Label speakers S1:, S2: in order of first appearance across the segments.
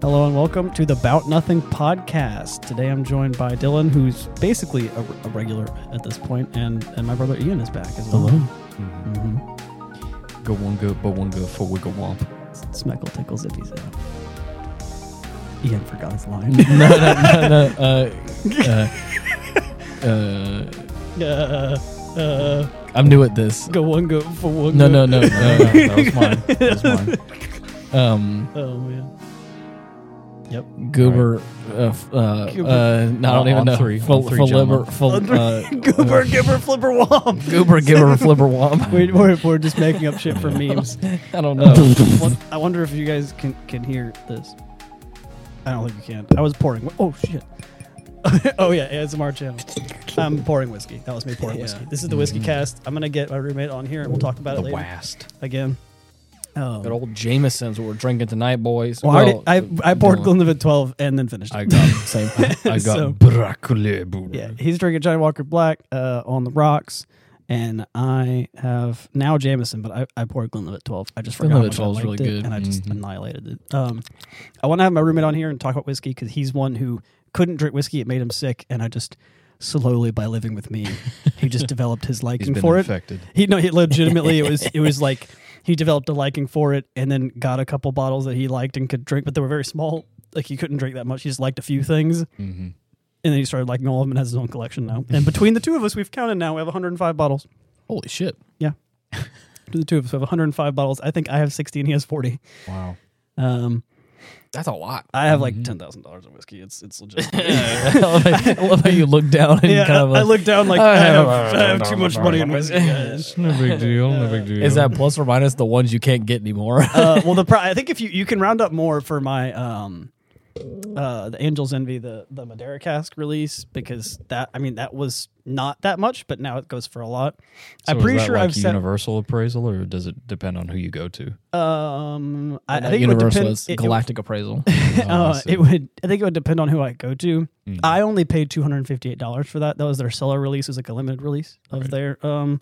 S1: Hello and welcome to the About Nothing podcast. Today I'm joined by Dylan, who's basically a, a regular at this point, and, and my brother Ian is back as well. Mhm.
S2: Go one, go, but one, go, for wiggle womp.
S1: Smeckle tickles if he's out. Ian forgot his line.
S2: no, no, no, no, uh, uh, uh,
S1: uh, uh,
S2: I'm new at this.
S1: go one, go for one.
S2: No, no,
S1: go.
S2: no, no, no, that was mine. That was mine. Um,
S1: Oh man. Yep.
S2: goober, uh, f- uh,
S1: Goober.
S2: uh, no, I
S3: On-
S2: don't even
S3: on
S2: know.
S3: three, on
S2: Fal-
S3: three,
S2: Faliber,
S3: gentlemen.
S2: fal- uh,
S1: Goober, gibber, flipper, womp.
S2: uh, goober, gibber, flipper, womp.
S1: We're, we're, we're just making up shit for memes.
S2: I don't know.
S1: What- I wonder if you guys can can hear this. I don't think you can. I was pouring. whi- Oh shit. oh yeah, ASMR channel. I'm pouring whiskey. That was me pouring
S2: Yeah. Mm.
S1: whiskey. This is the whiskey cast. I'm gonna get my roommate on here and we'll talk about it later
S3: Wast.
S1: again. Um,
S2: Good old Jameson's what we're drinking tonight, boys.
S1: well, I already- I I poured
S2: Dylan.
S1: Glenlivet 12 and then finished.
S2: I
S1: it.
S2: got same.
S3: I got
S1: So-
S3: broccoli. boo.
S1: yeah, he's drinking Johnny Walker Black uh, on the rocks. And I have now Jameson, but I, I poured Glenlivet 12. I just forgot
S2: Glenlivet
S1: how much I
S2: 12 is
S1: liked
S2: really
S1: it,
S2: good.
S1: and I just
S2: Mhm.
S1: annihilated it. Um, I want to have my roommate on here and talk about whiskey because he's one who couldn't drink whiskey; it made him sick. And I just slowly, by living with me, he just developed his
S3: He's
S1: liking
S3: been
S1: for it.
S3: infected.
S1: He no, he legitimately it was it was like he developed a liking for it, and then got a couple bottles that he liked and could drink, but they were very small. Like he couldn't drink that much; he just liked a few things
S3: Mm-hmm.
S1: and then he started liking all of them and has his own collection now. And between the two of us, we've counted now. We have 105 bottles.
S2: Holy shit!
S1: Between the two of us, we have 105 bottles. I think I have 60 and he has 40.
S3: Wow.
S1: Um,
S2: That's a lot.
S1: I have like $10,000 of whiskey. It's it's legit.
S2: I love how- I love how you look down and
S1: yeah,
S2: kind of.
S1: I, I
S2: Like,
S1: look down like I have, I have too much money in whiskey. Uh, guys.
S3: It's no big deal. No big deal.
S2: is that plus or minus the ones you can't get anymore?
S1: Uh, well, the pri- I think if you you can round up more for my um, uh, the Angels Envy the the Madeira cask release because that I mean that was not that much, but now it goes for a lot.
S3: So
S1: I'm
S3: is
S1: pretty
S3: that
S1: sure
S3: like
S1: I've sent
S3: universal appraisal, or does it depend on who you go to?
S1: um I, I
S2: Not
S1: think it would
S2: universal.
S1: depend-
S2: it's
S1: it- it-
S2: galactic appraisal.
S3: Oh, I
S1: uh,
S3: see.
S1: it would. I think it would depend on who I go to.
S3: Mhm.
S1: I only paid two hundred and fifty-eight dollars for that. That was their seller release. It was like a limited release of
S3: Right.
S1: their um.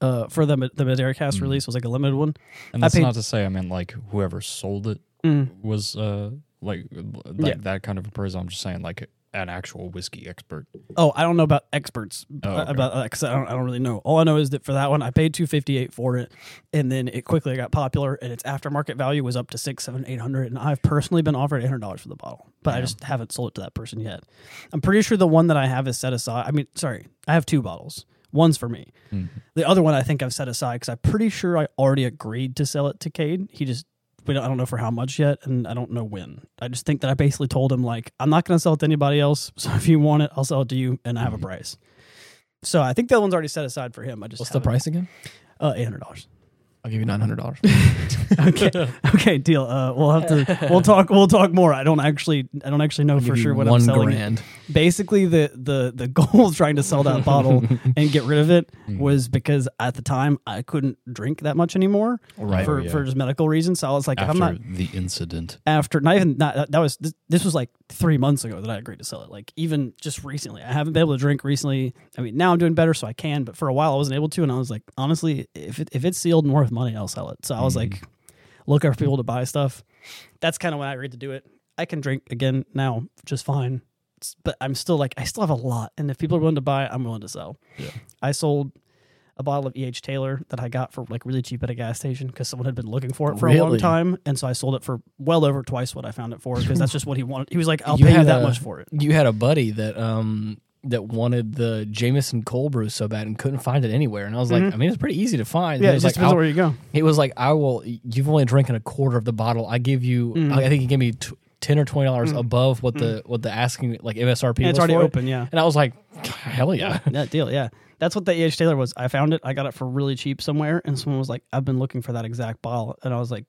S1: Uh, for the Ma- the Madeira cast
S3: Mhm.
S1: release was like a limited one.
S3: and
S1: I
S3: that's
S1: paid- Mm.
S3: not to say I mean like whoever sold it was uh like like
S1: Yeah.
S3: that kind of appraisal. I'm just saying like an actual whiskey expert.
S1: Oh, I don't know about experts
S3: Oh,
S1: uh,
S3: okay.
S1: about because I don't I don't really know. All I know is that for that one I paid two fifty eight for it, and then it quickly got popular, and its aftermarket value was up to six, seven, eight hundred. And I've personally been offered eight hundred dollars for the bottle, but I
S3: Damn.
S1: just haven't sold it to that person yet. I'm pretty sure the one that I have is set aside. I mean, sorry, I have two bottles. One's for me.
S3: Hmm.
S1: The other one I think I've set aside because I'm pretty sure I already agreed to sell it to Cade. He just we don't, I don't know for how much yet, and I don't know when. I just think that I basically told him like I'm not going to sell it to anybody else. So if you want it, I'll sell it to you, and I
S2: Mm-hmm.
S1: have a price. So I think that one's already set aside for him. I just
S2: What's the
S1: haven't-
S2: price again?
S1: Uh, Eight hundred dollars.
S2: I'll give you nine hundred dollars.
S1: okay, okay, deal. Uh, we'll have to we'll talk we'll talk more. I don't actually I don't actually know for sure what I'm
S2: one
S1: selling. it
S2: grand.
S1: basically the the the goal of trying to sell that bottle and get rid of it
S2: Mm.
S1: was because at the time I couldn't drink that much anymore
S3: Right,
S2: Oh,
S1: for,
S3: yeah.
S1: for just medical reasons. So I was like,
S3: After
S1: if I'm not
S3: the incident,
S1: after not even not that- that was this, this was like three months ago that I agreed to sell it. Like even just recently, I haven't been able to drink recently. I mean, now I'm doing better, so I can. But for a while, I wasn't able to, and I was like, honestly, if it, if it's sealed and worth money, I'll sell it. So I was like, looking for people to buy stuff. That's kind of when I agreed to do it. I can drink again now, just fine. It's- But I'm still like, I still have a lot, and if people are willing to buy, I'm willing to sell.
S3: Yeah.
S1: I sold. A bottle of E.H. Taylor that I got for like really cheap at a gas station because someone had been looking for it for a long
S2: Really?
S1: time time, and so I sold it for well over twice what I found it for because that's just what he wanted. He was like, "I'll
S2: You
S1: pay you
S2: had
S1: that
S2: a-
S1: much for it."
S2: You had a buddy that um that wanted the Jameson cold brew so bad and couldn't find it anywhere, and I was like, I mean, it's pretty easy to find.
S1: Mm-hmm. Yeah,
S2: He
S1: it
S2: was
S1: just
S2: like,
S1: depends
S2: I'll-
S1: on where you go.
S2: He was like, I will. You've only drinking a quarter of the bottle. I give you.
S1: Mm-hmm.
S2: I think he gave me t- ten or twenty dollars above what the what the asking like MSRP.
S1: Mm. And
S2: was
S1: it's already
S2: for it.
S1: open, yeah.
S2: And I was like, hell yeah.
S1: That deal, yeah. That's what the E.H. Taylor was. I found it. I got it for really cheap somewhere, and someone was like, "I've been looking for that exact bottle," and I was like,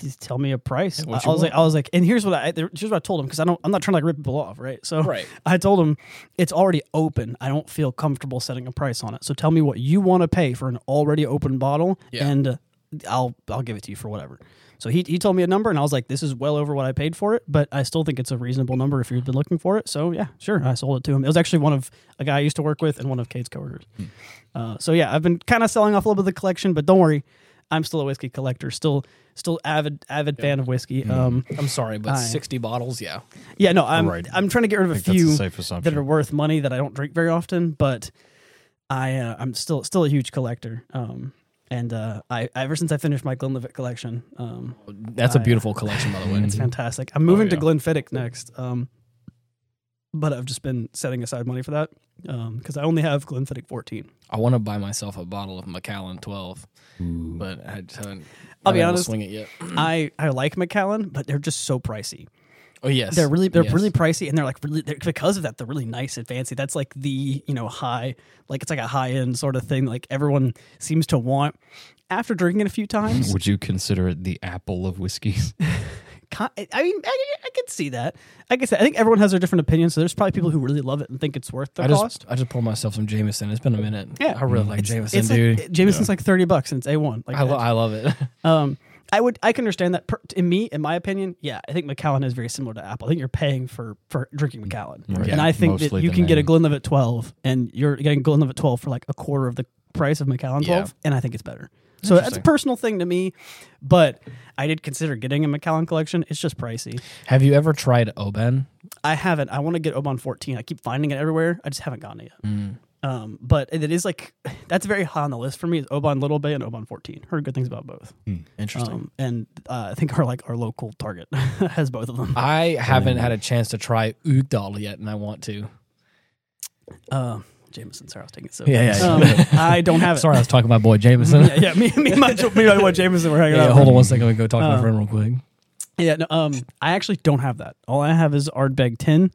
S1: "Just tell me a price." I, I was
S2: what you
S1: like, "I was like," and here's what I there- here's what I told him because I don't I'm not trying to like rip people off, right? So
S2: Right.
S1: I told him it's already open. I don't feel comfortable setting a price on it. So tell me what you want to pay for an already open bottle,
S2: Yeah.
S1: and uh, I'll I'll give it to you for whatever. So he, he told me a number, and I was like, "This is well over what I paid for it, but I still think it's a reasonable number if you've been looking for it." So yeah, sure, I sold it to him. It was actually one of a guy I used to work with and one of Kate's coworkers.
S2: Hmm.
S1: Uh, so yeah, I've been kind of selling off a little bit of the collection, but don't worry, I'm still a whiskey collector. Still still avid avid fan of
S2: Hmm.
S1: whiskey. Um,
S2: I'm sorry, but
S1: I-
S2: 60 bottles, yeah.
S1: yeah, no, I'm
S3: Right.
S1: I'm trying to get rid of a
S3: think that's
S1: few
S3: a safe
S1: that are
S3: assumption.
S1: worth money that I don't drink very often, but I uh, I'm still still a huge collector. Um, and uh, I ever since I finished my Glenlivet collection, um,
S2: That's a beautiful collection, by the way.
S1: it's fantastic. I'm moving
S3: Oh, yeah.
S1: to Glenfiddich next, um, but I've just been setting aside money for that because I only have Glenfiddich 14.
S2: I want to buy myself a bottle of Macallan 12, but I just haven't.
S1: I'll be
S2: been able to
S1: honest.
S2: swing it yet.
S1: I I like Macallan, but they're just so pricey.
S2: Oh yes,
S1: They're really they're
S2: Yes.
S1: really pricey, and they're like really they're, because of that they're really nice and fancy. That's like the you know high like it's like a high end sort of thing. Like everyone seems to want after drinking it a few times.
S3: Would you consider it the apple of whiskeys?
S1: ki- I mean, I, I could see that. I guess I think everyone has their different opinions. So there's probably people who really love it and think it's worth the
S2: I
S1: cost.
S2: just I just poured myself some Jameson. It's been a minute.
S1: Yeah.
S2: I really like Jameson,
S1: it's
S2: dude.
S1: like Jameson's like thirty bucks and it's a one. Like
S2: I, lo- I love it.
S1: Um, I would I can understand that. Per, in me, in my opinion, yeah, I think Macallan is very similar to Apple. I think you're paying for for drinking Macallan,
S3: Yeah,
S1: and I think that
S3: mostly
S1: you
S3: the
S1: can get a
S3: name.
S1: Glenlivet 12, and you're getting Glenlivet 12 for like a quarter of the price of Macallan 12, and I think it's better. So that's a
S2: Interesting.
S1: personal thing to me, but I did consider getting a Macallan collection. It's just pricey.
S2: Have you ever tried Oban?
S1: I haven't. I want to get Oban 14. I keep finding it everywhere. I just haven't gotten it yet.
S3: Mm.
S1: Um, but it is like that's very high on the list for me. Is Oban Little Bay and Oban 14. Heard good things about both.
S2: Interesting.
S1: Um, and uh, I think our like our local Target has both of them.
S2: I haven't had a chance to try Oogdal yet, and I want to.
S1: Uh, Jameson, sorry, I was taking it. So Um,
S2: Yeah, yeah,
S1: I don't have it.
S2: Sorry, I was talking to my boy Jameson.
S1: Yeah, yeah, me, me, and my, me, and my boy Jameson were hanging
S2: Yeah,
S1: out.
S2: hold on one second. I'm gonna go talk
S1: Uh,
S2: to my friend real quick.
S1: Yeah, no, um, I actually don't have that. All I have is Ardbeg 10.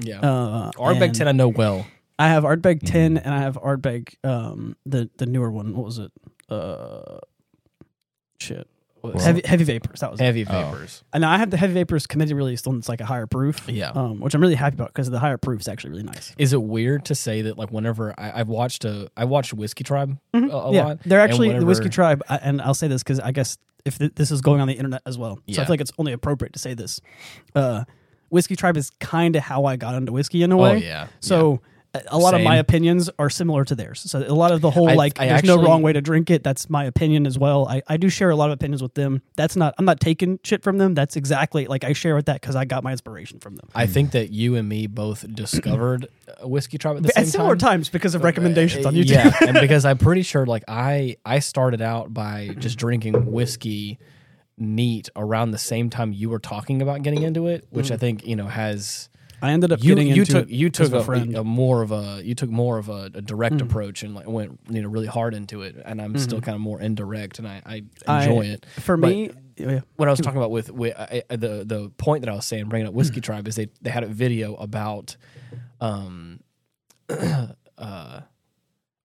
S2: Yeah,
S1: Uh,
S2: Ardbeg
S1: and
S2: 10 I know well.
S1: I have Ardbeg 10 and I have Ardbeg, um, the, the newer one. What was it? Uh, shit. Heavy, heavy Vapors. That was it.
S2: Heavy vapors.
S1: And I have the Heavy Vapors committee release one that's like a higher proof.
S2: Yeah.
S1: Um, which I'm really happy about because the higher proof is actually really nice.
S2: Is it weird to say that like whenever I, I've watched a I watched Whiskey Tribe a, a
S1: Mm-hmm. yeah,
S2: lot.
S1: they're
S2: and
S1: actually the Whiskey
S2: whenever-
S1: Tribe, I, and I'll say this because I guess if th- this is going on the internet as well, so I
S2: Yeah.
S1: feel like it's only appropriate to say this. Uh, whiskey Tribe is kind of how I got into whiskey in a way.
S2: Oh yeah.
S1: So a- a lot of
S2: Same.
S1: my opinions are similar to theirs. So a lot of the whole
S2: I-
S1: like,
S2: I
S1: there's no
S2: actually-
S1: wrong way to drink it. That's my opinion as well. I, I do share a lot of opinions with them. That's not I'm not taking shit from them. That's exactly like I share with that because I got my inspiration from them.
S2: I think that you and me both discovered uh, Whiskey Tribe at the
S1: At
S2: same
S1: similar
S2: time. uh,
S1: times because of recommendations on YouTube.
S2: Yeah, and because I'm pretty sure like I I started out by just drinking whiskey neat around the same time you were talking about getting into it, which
S1: Mm.
S2: I think you know has
S1: I ended up
S2: you
S1: getting
S2: you
S1: into
S2: took
S1: it
S2: you
S1: because
S2: took
S1: of
S2: a,
S1: friend.
S2: a more of a you took more of a, a direct
S1: Mm.
S2: approach and like went you know really hard into it, and I'm
S1: Mm-hmm.
S2: still kind of more indirect, and I, I
S1: I-
S2: enjoy it
S1: For
S2: But-
S1: me, yeah.
S2: what I was talking about with, with I, I- the the point that I was saying, bringing up
S1: Hmm.
S2: Whiskey Tribe, is they they had a video about um, uh,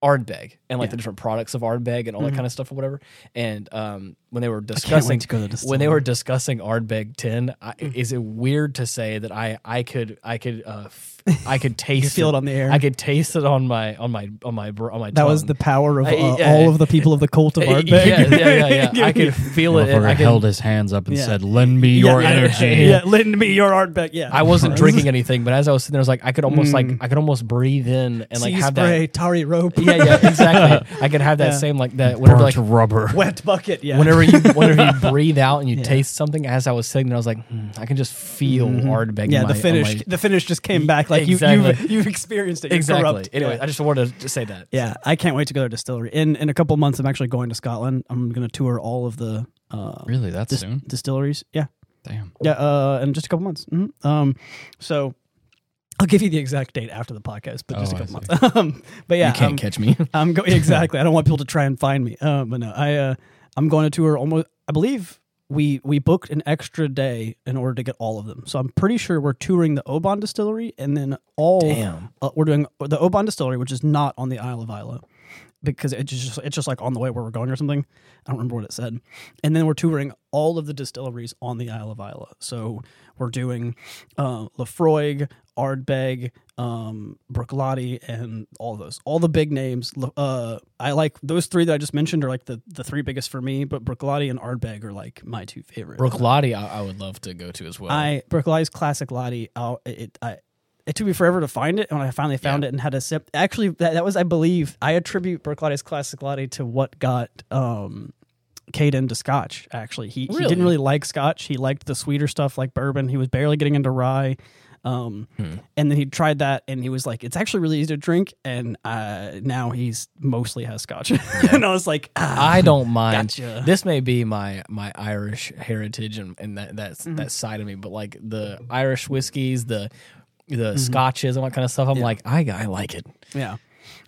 S2: Ardbeg and like the different products of Ardbeg and
S1: Hmm.
S2: all that kind of stuff or whatever. And um, when they were discussing
S1: to go to the Hmm.
S2: when they were discussing Ardbeg Ten, I, is it weird to say that I I could I could uh, f- I could taste
S1: feel it on the air?
S2: I could taste it on my on my on my br- on my
S1: That was
S2: tongue.
S1: the power of uh,
S2: Um, I- yeah.
S1: all of the people of the cult of Ardbeg.
S2: yeah, yeah, yeah, yeah. I could feel it. and I
S3: Motherfucker
S2: could,
S3: held his hands up and
S1: uh, Yeah.
S3: said, "Lend me your
S1: I-
S3: energy."
S1: Yeah, lend me your Ardbeg. Yeah,
S2: I wasn't drinking anything, but as I was sitting there, I was like, I could almost
S1: Hmm.
S2: like I could almost breathe in and like
S1: Sea
S2: have
S1: spray, tarry rope,
S2: that. Yeah, yeah, exactly. I could have that
S1: Yeah.
S2: same like that whenever
S3: Burnt
S2: like
S3: rubber.
S1: wet bucket. Yeah,
S2: whenever you whenever you breathe out and you taste something. As I was sitting there, I was like, hmm, I can just feel Ardbeg.
S1: Mm-hmm. yeah,
S2: in
S1: the
S2: my, on
S1: finish,
S2: my-
S1: the finish just came back. Like you, you've,
S2: Exactly.
S1: you've experienced it. You're
S2: exactly.
S1: corrupt.
S2: Anyway,
S1: Yeah.
S2: I just wanted to say that.
S1: Yeah, I can't wait to go to their distillery. In in a couple months, I'm actually going to Scotland. I'm going to tour all of the uh,
S3: Really, that soon?
S1: distilleries. Yeah,
S3: Damn.
S1: yeah, uh, in just a couple months. Mhm. Um, so I'll give you the exact date after the podcast, but just
S3: Oh,
S1: a
S3: I
S1: couple months. um, but yeah,
S2: you can't
S1: um,
S2: catch me.
S1: I'm going exactly. I don't want people to try and find me. Uh, but no, I uh, I'm going to tour almost. I believe we we booked an extra day in order to get all of them. So I'm pretty sure we're touring the Oban Distillery and then all.
S2: Damn.
S1: Uh, we're doing the Oban Distillery, which is not on the Isle of Isla. Because it's just it's just like on the way where we're going or something. I don't remember what it said. And then we're touring all of the distilleries on the Isle of Isla. So we're doing uh, Lafroig, Ardbeg, um, Brooklotti, and all those, all the big names. L- Uh, I like those three that I just mentioned are like the, the three biggest for me. But Brooklotti and Ardbeg are like my two favorite.
S2: Brook Lottie, I, I would love to go to as well.
S1: I Brookly's classic Lottie. I'll, it I, it took me forever to find it, and when I finally found it and had a sip, actually that, that was I believe I attribute Brookly's classic Lottie to what got um Cade into Scotch. Actually, he, he
S2: Really?
S1: didn't really like Scotch. He liked the sweeter stuff like bourbon. He was barely getting into rye. Um,
S2: Hmm.
S1: and then he tried that, and he was like, "It's actually really easy to drink." And uh, now he's mostly has Scotch. and I was like, ah,
S2: I don't mind.
S1: Gotcha.
S2: This may be my my Irish heritage and, and that that's that side of me, but like the Irish whiskeys, the the scotches and all that kind of stuff. I'm like, I I like it.
S1: yeah."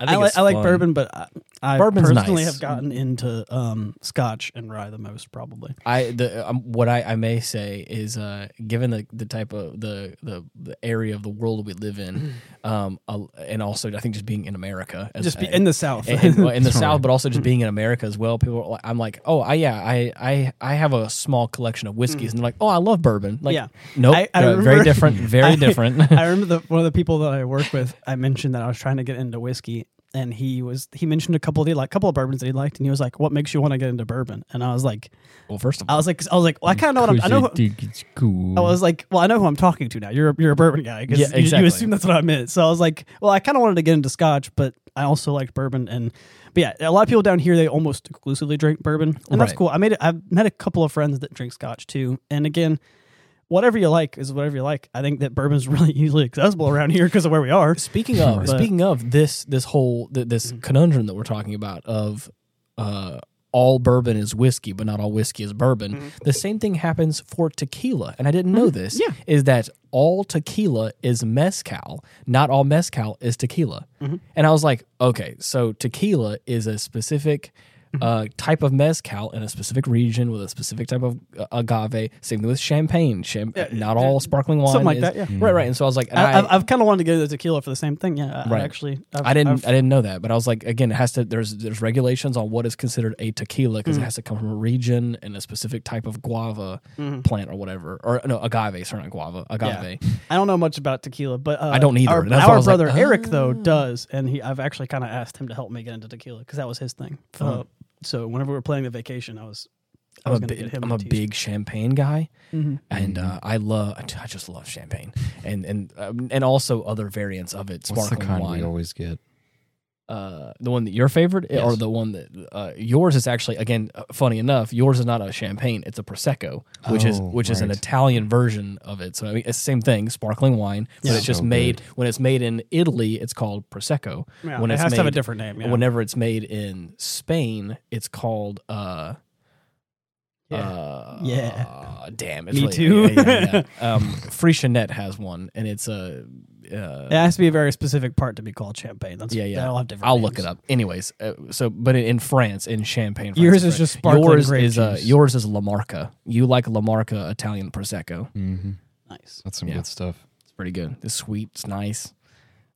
S2: I,
S1: I,
S2: think
S1: li-
S2: it's
S1: I like
S2: fun.
S1: bourbon, but I, I
S2: Bourbon's
S1: personally
S2: nice.
S1: have gotten into um, Scotch and rye the most, probably.
S2: I the um, what I, I may say is uh, given the, the type of the, the the area of the world we live in, um, a- and also I think just being in America, as,
S1: Just be,
S2: a-
S1: in the South.
S2: and, and- well, in the South, but also just being in America as well. People, are like, I'm like, oh, I yeah, I I I have a small collection of whiskeys, and they're like, oh, I love bourbon. Like,
S1: Mm. Yeah.
S2: nope,
S1: I- I
S2: no, very
S1: remember-
S2: different, very
S1: I-
S2: different.
S1: I remember the, one of the people that I work with. I mentioned that I was trying to get into whiskey, and he was he mentioned a couple of the, like couple of bourbons that he liked, and he was like, "What makes you want to get into bourbon?" And I was like,
S2: well, first of
S1: "I
S2: all,
S1: was like, I was like, well, I kind of know what I'm, I know." Who,
S3: think it's cool.
S1: I was like, "Well, I know who I'm talking to now. You're a, you're a bourbon guy. 'cause
S2: Yeah,
S1: you- you,
S2: exactly.
S1: assume that's what I meant." So I was like, "Well, I kind of wanted to get into Scotch, but." I also liked bourbon, and but yeah, a lot of people down here they almost exclusively drink bourbon, and that's
S2: Right.
S1: cool. I made it. I've met a couple of friends that drink Scotch too, and again, whatever you like is whatever you like. I think that bourbon's really easily accessible around here because of where we are.
S2: speaking of
S1: But-
S2: speaking of this this whole th- this
S1: Mm-hmm.
S2: conundrum that we're talking about of uh, all bourbon is whiskey, but not all whiskey is bourbon.
S1: Mm-hmm.
S2: The same thing happens for tequila, and I didn't know this.
S1: Yeah.
S2: is that all tequila is mezcal, not all mezcal is tequila.
S1: Mm-hmm.
S2: And I was like, okay, so tequila is a specific.
S1: Mm-hmm.
S2: Uh, type of mezcal in a specific region with a specific type of uh, agave. Same thing with champagne. Cham- not all sparkling wine,
S1: Something like
S2: is-
S1: that, yeah.
S2: Right, right. And so I was like, and
S1: I,
S2: I-
S1: I've, I've kind of wanted to go to tequila for the same thing. Yeah, I,
S2: Right.
S1: I actually. I've,
S2: I didn't.
S1: I've-
S2: I didn't know that, but I was like, again, it has to. There's there's regulations on what is considered a
S1: Hmm.
S2: tequila because it has to come from a region and a specific type of guava plant or whatever, or no agave, sorry, not guava, agave.
S1: Mm-hmm. I don't know much about tequila, but uh,
S2: I don't either.
S1: Our,
S2: That's why I
S1: our
S2: was like, "Oh."
S1: brother Eric though does, and he. I've actually kind of asked him to help me get into tequila because that was his thing. Uh, so whenever we were planning the vacation, I was. I
S2: Uh-huh. I'm
S1: was
S2: a
S1: gonna get
S2: big,
S1: him
S2: I'm
S1: to
S2: a
S1: teach
S2: big champagne guy,
S1: Mhm.
S2: and uh, I love, I just love champagne, and and um, and also other variants of it,
S3: What's the
S2: sparkling
S3: kind we
S2: wine.
S3: always get?
S2: Uh, the one that your favorite, eh, or
S3: Yes.
S2: the one that uh, yours is actually again, uh, funny enough, yours is not a champagne; it's a prosecco, which is
S3: Oh,
S2: which is an
S3: right.
S2: Italian version of it. So I mean, it's the same thing, sparkling wine, but
S1: Yeah.
S2: it's just
S3: So
S2: made when it's made in Italy, it's called prosecco.
S1: Yeah,
S2: when
S1: it
S2: it's
S1: has
S2: made,
S1: to have a different name. Yeah.
S2: whenever it's made in Spain, it's called uh,
S1: Yeah.
S2: uh,
S1: Yeah.
S2: damn, it's
S1: Me
S2: really-
S1: too.
S2: yeah, yeah, yeah. um, Freixenet has one, and it's a. Uh,
S1: it has to be a very specific part to be called champagne. That's
S2: yeah, yeah.
S1: They'll have different.
S2: I'll
S1: names.
S2: look it up. Anyways, uh, so but in, in France, in Champagne, France,
S1: Yours is
S2: that's right.
S1: just sparkling
S2: Yours
S1: grape
S2: is uh,
S1: juice.
S2: yours is La Marca. You like La Marca Italian prosecco?
S3: Mm-hmm.
S1: Nice.
S3: That's some
S2: Yeah.
S3: good stuff.
S2: It's pretty good. It's sweet. It's nice.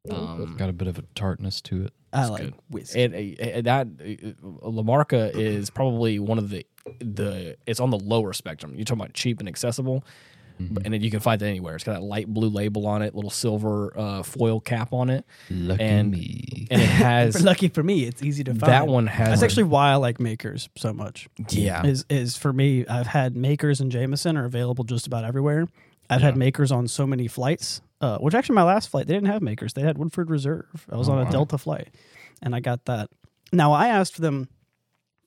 S2: Um,
S3: Got a bit of a tartness to it.
S1: I
S2: It's
S1: like
S2: good.
S1: whiskey.
S2: it, it- uh, that uh, La Marca is probably one of the the it's on the lower spectrum. You're talking about cheap and accessible, but and then you can find it anywhere. It's got that light blue label on it, little silver uh, foil cap on it,
S3: Lucky
S2: and
S3: me.
S2: and it has
S1: Lucky for me, it's easy to find.
S2: that one has
S1: That's actually why I like makers so much.
S2: yeah
S1: Is is for me, I've had makers and Jameson are available just about everywhere. I've had makers on so many flights. Uh, which actually my last flight they didn't have makers. They had Woodford Reserve. I
S2: Oh,
S1: was on a Delta flight and I got that. Now I asked for them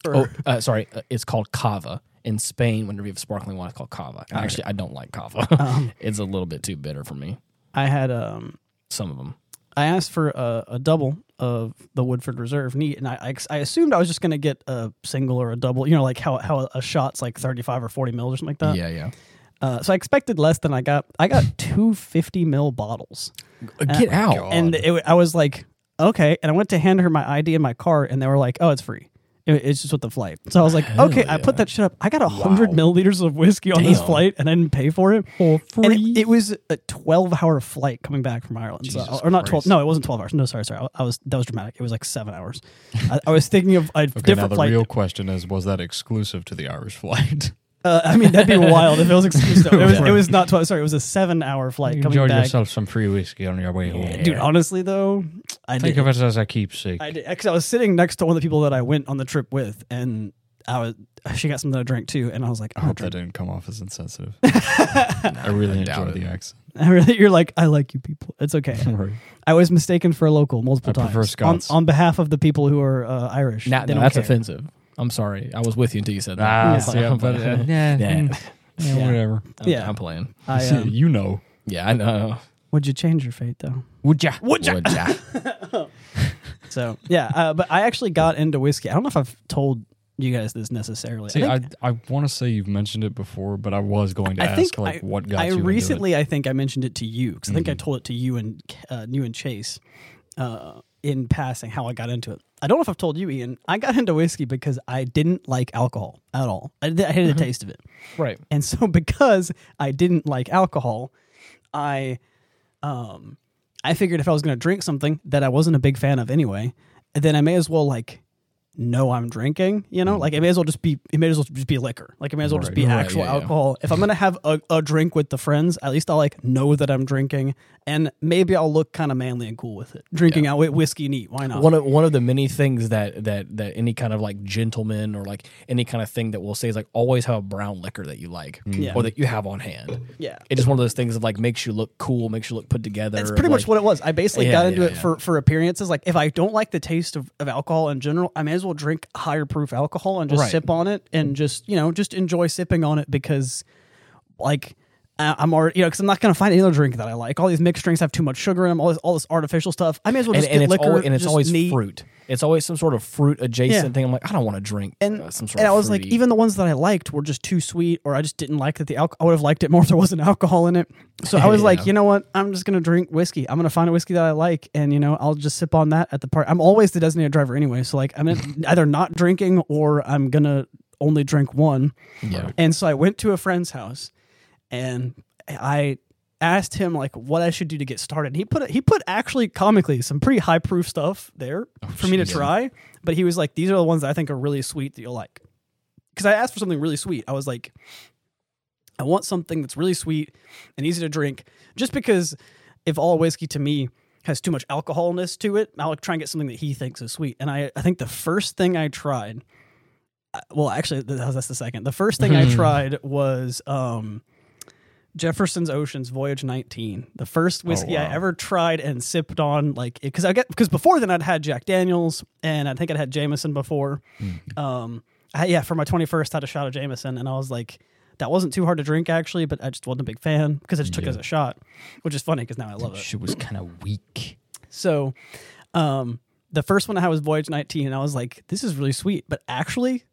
S1: for
S2: Oh, uh, sorry. uh, It's called cava in Spain. Whenever you have sparkling wine, it's called cava. And actually, I don't like cava. it's a little bit too bitter for me.
S1: I had um
S2: Some of them.
S1: I asked for a, a double of the Woodford Reserve neat, and I, I, ex- I assumed I was just going to get a single or a double, you know, like how, how a shot's like 35 or 40 mils or something like that.
S2: yeah, yeah.
S1: Uh, so I expected less than I got. I got two 50 mil bottles.
S2: Uh,
S3: Oh
S1: Oh
S2: Get out.
S1: and it, wa- I was like, okay. And I went to hand her my ID and my card, and they were like, oh, it's free. It- It's just with the flight. So I was like, okay, I put that shit up. I got a hundred milliliters of whiskey on this
S2: Damn.
S1: flight, and I didn't pay for it.
S2: For
S1: And it, it was a twelve-hour flight coming back from Ireland, So-
S3: Jesus
S1: or not twelve?
S3: Christ.
S1: No, it wasn't twelve hours. No, sorry, sorry. I, I was that was dramatic. It was like seven hours. I, I was thinking of a
S3: Okay, now
S1: different
S3: the
S1: flight.
S3: real question is: Was that exclusive to the Irish flight?
S1: uh, I mean, that'd be wild if it was exclusive. It was,
S3: Yeah.
S1: it was not twelve. Sorry, it was a seven-hour flight coming
S3: Enjoy
S1: back.
S3: yourself some free whiskey on your way home.
S1: Dude, honestly though, I
S3: think
S1: did.
S3: of it as a keepsake.
S1: I did because I was sitting next to one of the people that I went on the trip with, and I was she got something to drink too, and I was like,
S3: I
S1: oh,
S3: hope that didn't come off as insensitive. I really
S2: doubt
S3: enjoy
S2: it.
S3: the accent.
S1: I really, you're like, I like you people. It's okay. I was mistaken for a local multiple
S3: I
S1: times
S3: prefer Scots.
S1: on on behalf of the people who are uh, Irish.
S2: Now,
S1: They
S2: now
S1: don't
S2: that's
S1: care.
S2: offensive. I'm sorry. I was with you until you said that.
S3: Ah,
S1: Yeah.
S3: see, I'm- but, uh, yeah,
S2: Yeah.
S3: mm, yeah, whatever.
S2: I'm,
S1: Yeah.
S2: I'm playing.
S1: I, um,
S3: you know.
S2: Yeah, I know.
S1: would you change your fate though?
S3: Would ya?
S2: Would ya?
S1: So yeah, uh, but I actually got into whiskey. I don't know if I've told you guys this necessarily.
S3: See,
S1: I
S3: I
S1: think,
S3: I, want to say you've mentioned it before, but I was going to
S1: I
S3: ask
S1: think
S3: like
S1: I-
S3: what got
S1: I
S3: you into it. Mm-hmm.
S1: recently I think I mentioned it to you because I think I told it to you and uh, you and Chase uh, in passing how I got into it. I don't know if I've told you, Ian. I got into whiskey because I didn't like alcohol at all. I, I hated
S3: Mm-hmm.
S1: the taste of it.
S2: Right.
S1: And so because I didn't like alcohol, I um I figured if I was going to drink something that I wasn't a big fan of anyway, then I may as well like know I'm drinking, you know? Like it may as well just be it may as well just be liquor. Like it may as well just
S3: Right.
S1: be
S2: Right,
S1: actual
S2: yeah, yeah.
S1: alcohol. If I'm going to have a, a drink with the friends, at least I'll like know that I'm drinking and maybe I'll look kind of manly and cool with it. Drinking out with whiskey neat, why not?
S2: One of one of the many things that that that any kind of like gentleman or like any kind of thing that we'll say is like always have a brown liquor that you like
S1: Yeah.
S2: or that you have on hand.
S1: Mm. yeah.
S2: It's just one of those things that like makes you look cool, makes you look put together.
S1: That's pretty much
S2: like-
S1: what it was. I basically
S2: Yeah,
S1: got into
S2: yeah,
S1: it
S2: yeah.
S1: for, for appearances. Like, if I don't like the taste of, of alcohol in general, I may as well drink higher proof alcohol and just
S2: Right.
S1: sip on it and just, you know, just enjoy sipping on it because, like, I- I'm already, you know, because I'm not going to find any other drink that I like. All these mixed drinks have too much sugar in them, all this, all this artificial stuff. I may as well
S2: and,
S1: just
S2: and
S1: get
S2: it's
S1: liquor.
S2: always, and it's
S1: just
S2: always
S1: neat.
S2: fruit. It's always some sort of fruit adjacent
S1: Yeah.
S2: thing. I'm like, I don't want to drink
S1: And,
S2: uh, some sort
S1: and
S2: of
S1: I was like,
S2: fruity-
S1: even the ones that I liked were just too sweet, or I just didn't like that the alcohol. I would have liked it more if there wasn't alcohol in it. So I was like,
S2: Yeah.
S1: you know what? I'm just gonna drink whiskey. I'm gonna find a whiskey that I like, and you know, I'll just sip on that at the party. I'm always the designated driver anyway, so like, I'm either not drinking or I'm gonna only drink one.
S2: Yeah.
S1: And so I went to a friend's house, and I asked him like what I should do to get started. And he put he put actually comically some pretty high proof stuff there
S2: Oh,
S1: for me to
S3: jeez.
S1: try. But he was like, these are the ones that I think are really sweet that you'll like. Because I asked for something really sweet. I was like, I want something that's really sweet and easy to drink. Just because if all whiskey to me has too much alcoholness to it, I'll try and get something that he thinks is sweet. And I, I think the first thing I tried, I- well, actually, th- that's the second. The first thing I tried was um, Jefferson's Ocean's Voyage 19. The first whiskey
S3: wow.
S1: I ever tried and sipped on, like, because I get, because before then I'd had Jack Daniels and I think I'd had Jameson before. Um, I, yeah, for my 21st, I had a shot of Jameson and I was like, that wasn't too hard to drink actually, but I just wasn't a big fan because I just took it as a shot, which is funny because now I love it.
S3: Shit was kind of weak.
S1: So, um, the first one I had was Voyage 19, and I was like, this is really sweet, but actually,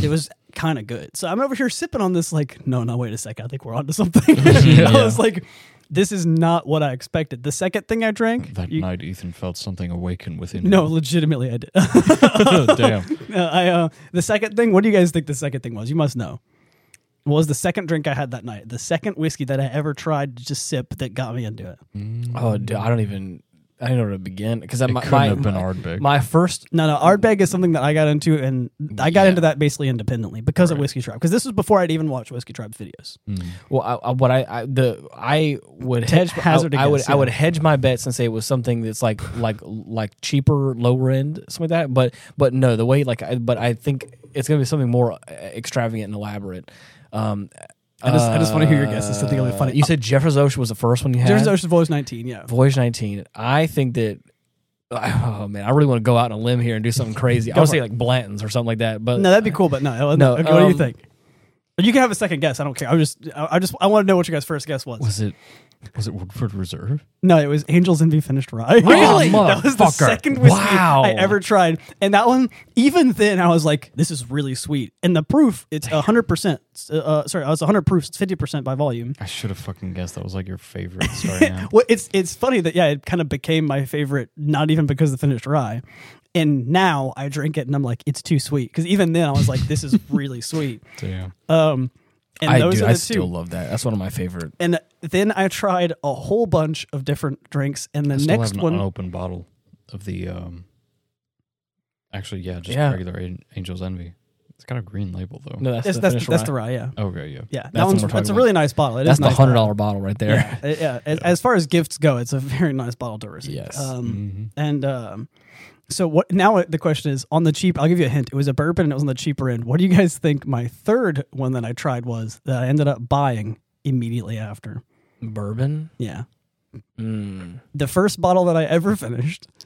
S1: it was kind of good. So I'm over here sipping on this, like, no, no, wait a second. I think we're onto something. I was like, this is not what I expected. The second thing I drank,
S3: That
S1: you-
S3: night, Ethan felt something awaken within
S1: no, legitimately, I did. uh,
S3: him. Damn.
S1: I, uh, the second thing, what do you guys think the second thing was? You must know. What was the second drink I had that night? The second whiskey that I ever tried to just sip that got me into it.
S2: oh, dude, I don't even. I don't know where to begin because
S3: It
S2: my
S3: couldn't
S2: my,
S3: have been
S2: my-
S3: Ardbeg.
S2: my first
S1: No, no, Ardbeg is something that I got into, and I got
S2: Yeah.
S1: into that basically independently because of Whiskey Tribe. Because this was before I'd even watched Whiskey Tribe videos.
S3: Hmm.
S2: Well, I, I, what I, I the I would hedge
S1: hazard
S2: I, I
S1: a
S2: would
S1: guess,
S2: I would
S1: yeah.
S2: hedge my bets and say it was something that's like like like cheaper, lower end, something like that. But but no, the way like I, but I think it's gonna be something more uh, extravagant and elaborate. Um,
S1: I just- I just wanna hear your guesses. I think it'll be
S2: uh,
S1: funny.
S2: You said Jeffers Ocean was the first one you had.
S1: Jefferson Ocean's Voice 19, yeah.
S2: Voyage 19. I think that. Oh man, I really want to go out on a limb here and do something crazy. I would
S1: for
S2: say
S1: it.
S2: like Blanton's or something like that. But
S1: No, that'd be cool, but no. it
S2: No,
S1: wasn't. okay, what do you
S2: um,
S1: think? You can have a second guess. I don't care. I was just, I I just, I want to know what your guys' first guess was.
S3: Was it? Was it Woodford Reserve?
S1: No, it was Angels Envy Finished Rye.
S2: Really?
S1: that was the
S2: Motherfucker.
S1: second whiskey
S2: Wow.
S1: I ever tried, and that one, even then, I was like, "This is really sweet." And the proof, it's hundred percent. Uh, sorry, it's hundred proofs. It's fifty percent by volume.
S3: I should have fucking guessed that was like your favorite. Sorry, now.
S1: Well, it's it's funny that yeah, it kind of became my favorite. Not even because of the finished rye, and now I drink it and I'm like, it's too sweet. Because even then I was like, this is really sweet.
S3: Damn.
S1: Um, and
S2: I
S1: those
S2: do.
S1: are
S2: I
S1: the
S2: still
S1: two.
S2: love that. That's one of my favorite.
S1: and then I tried a whole bunch of different drinks, and the
S3: I still
S1: next
S3: have an
S2: oh,
S1: one,
S3: unopened bottle of the. um Actually, yeah, just
S2: Yeah.
S3: regular An- Angel's Envy. It's got a green label though.
S2: No, that's
S1: that's
S2: the
S1: that's,
S2: finished
S1: that's
S2: rye.
S1: the rye, yeah,
S3: Okay, yeah.
S1: yeah.
S2: the
S1: that one's
S2: one we're
S1: that's a
S2: talking
S1: really nice bottle. It is
S2: That's the
S1: nice
S2: hundred dollar bottle right there.
S1: Yeah, it- Uh, yeah. As, as far as gifts go, it's a very nice bottle to receive.
S2: Yes.
S1: Um,
S3: hmm
S1: And um, so what? Now the question is on the cheap. I'll give you a hint. It was a bourbon, and it was on the cheaper end. What do you guys think? My third one that I tried was that I ended up buying immediately after.
S2: Bourbon.
S1: Yeah,
S2: Mm.
S1: the first bottle that I ever finished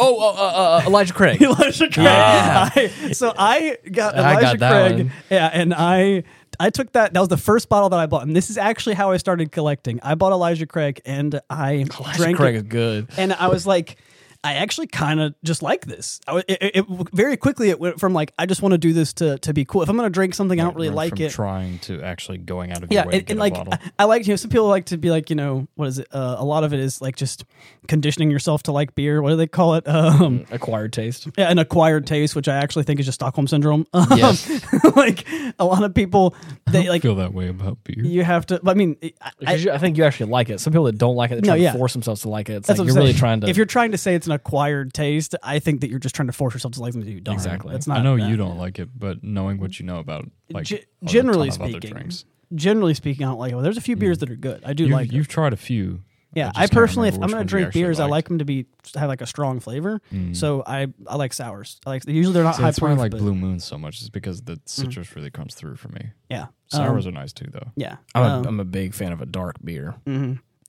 S2: Oh, uh, uh, uh, Elijah Craig.
S1: Elijah Craig. I- so I got
S3: I got
S1: Elijah
S3: that
S1: Craig.
S3: one.
S1: Yeah, and I I took that. That was the first bottle that I bought, and this is actually how I started collecting. I bought Elijah Craig, and I
S2: Elijah
S1: drank
S2: Craig
S1: it
S2: is good.
S1: and I was like, I actually kind of just like this. I, wa- it, it, it- very quickly, it went from like I just want to do this to to be cool. If I'm gonna drink something, I don't really
S3: Went
S1: like
S3: from
S1: it.
S3: Trying to actually going out of
S1: yeah,
S3: your way
S1: and,
S3: to get
S1: and
S3: a
S1: like
S3: bottle.
S1: I, I like you know some people like to be like you know what is it? Uh, a lot of it is like just conditioning yourself to like beer. What do they call it?
S3: Mm.
S1: Um,
S2: Acquired taste.
S1: yeah, an acquired taste, which I actually think is just Stockholm syndrome. Um,
S2: Yes.
S1: like a lot of people, they like
S3: feel that way about beer.
S1: you have to. I mean, I,
S2: I, I think you actually like it. Some people that don't like it, they
S1: No,
S2: try
S1: yeah.
S2: to force themselves to like it. It's
S1: That's
S2: like
S1: what
S2: you're
S1: I'm
S2: really
S1: saying.
S2: trying to.
S1: If you're trying to say it's an acquired taste, I think that you're just trying to force yourself to like something you don't.
S2: Exactly.
S1: It's not.
S3: I know
S1: that.
S3: you don't like it, but knowing what you know about like
S1: Ge-
S3: a ton
S1: generally
S3: of other
S1: speaking,
S3: drinks.
S1: generally speaking, I don't like it. Well, there's a few
S3: Mm.
S1: beers that are good. I do
S3: you've,
S1: like. them.
S3: you've tried a few.
S1: yeah,
S3: just
S1: I
S3: can't
S1: personally, if
S3: remember
S1: I'm
S3: which
S1: gonna
S3: ones you
S1: drink
S3: actually
S1: beers, I
S3: liked. Mm.
S1: like them to be to have like a strong flavor. So I I like sours. I like usually they're not
S3: See,
S1: high
S3: that's why I
S1: proof.
S3: like
S1: but-
S3: Blue Moon so much. Is because the citrus really comes through for me.
S1: Yeah. Um,
S3: Sours Oh, are nice too, though.
S1: yeah.
S2: I'm,
S1: Um, Mm,
S2: a, I'm a big fan of a dark beer.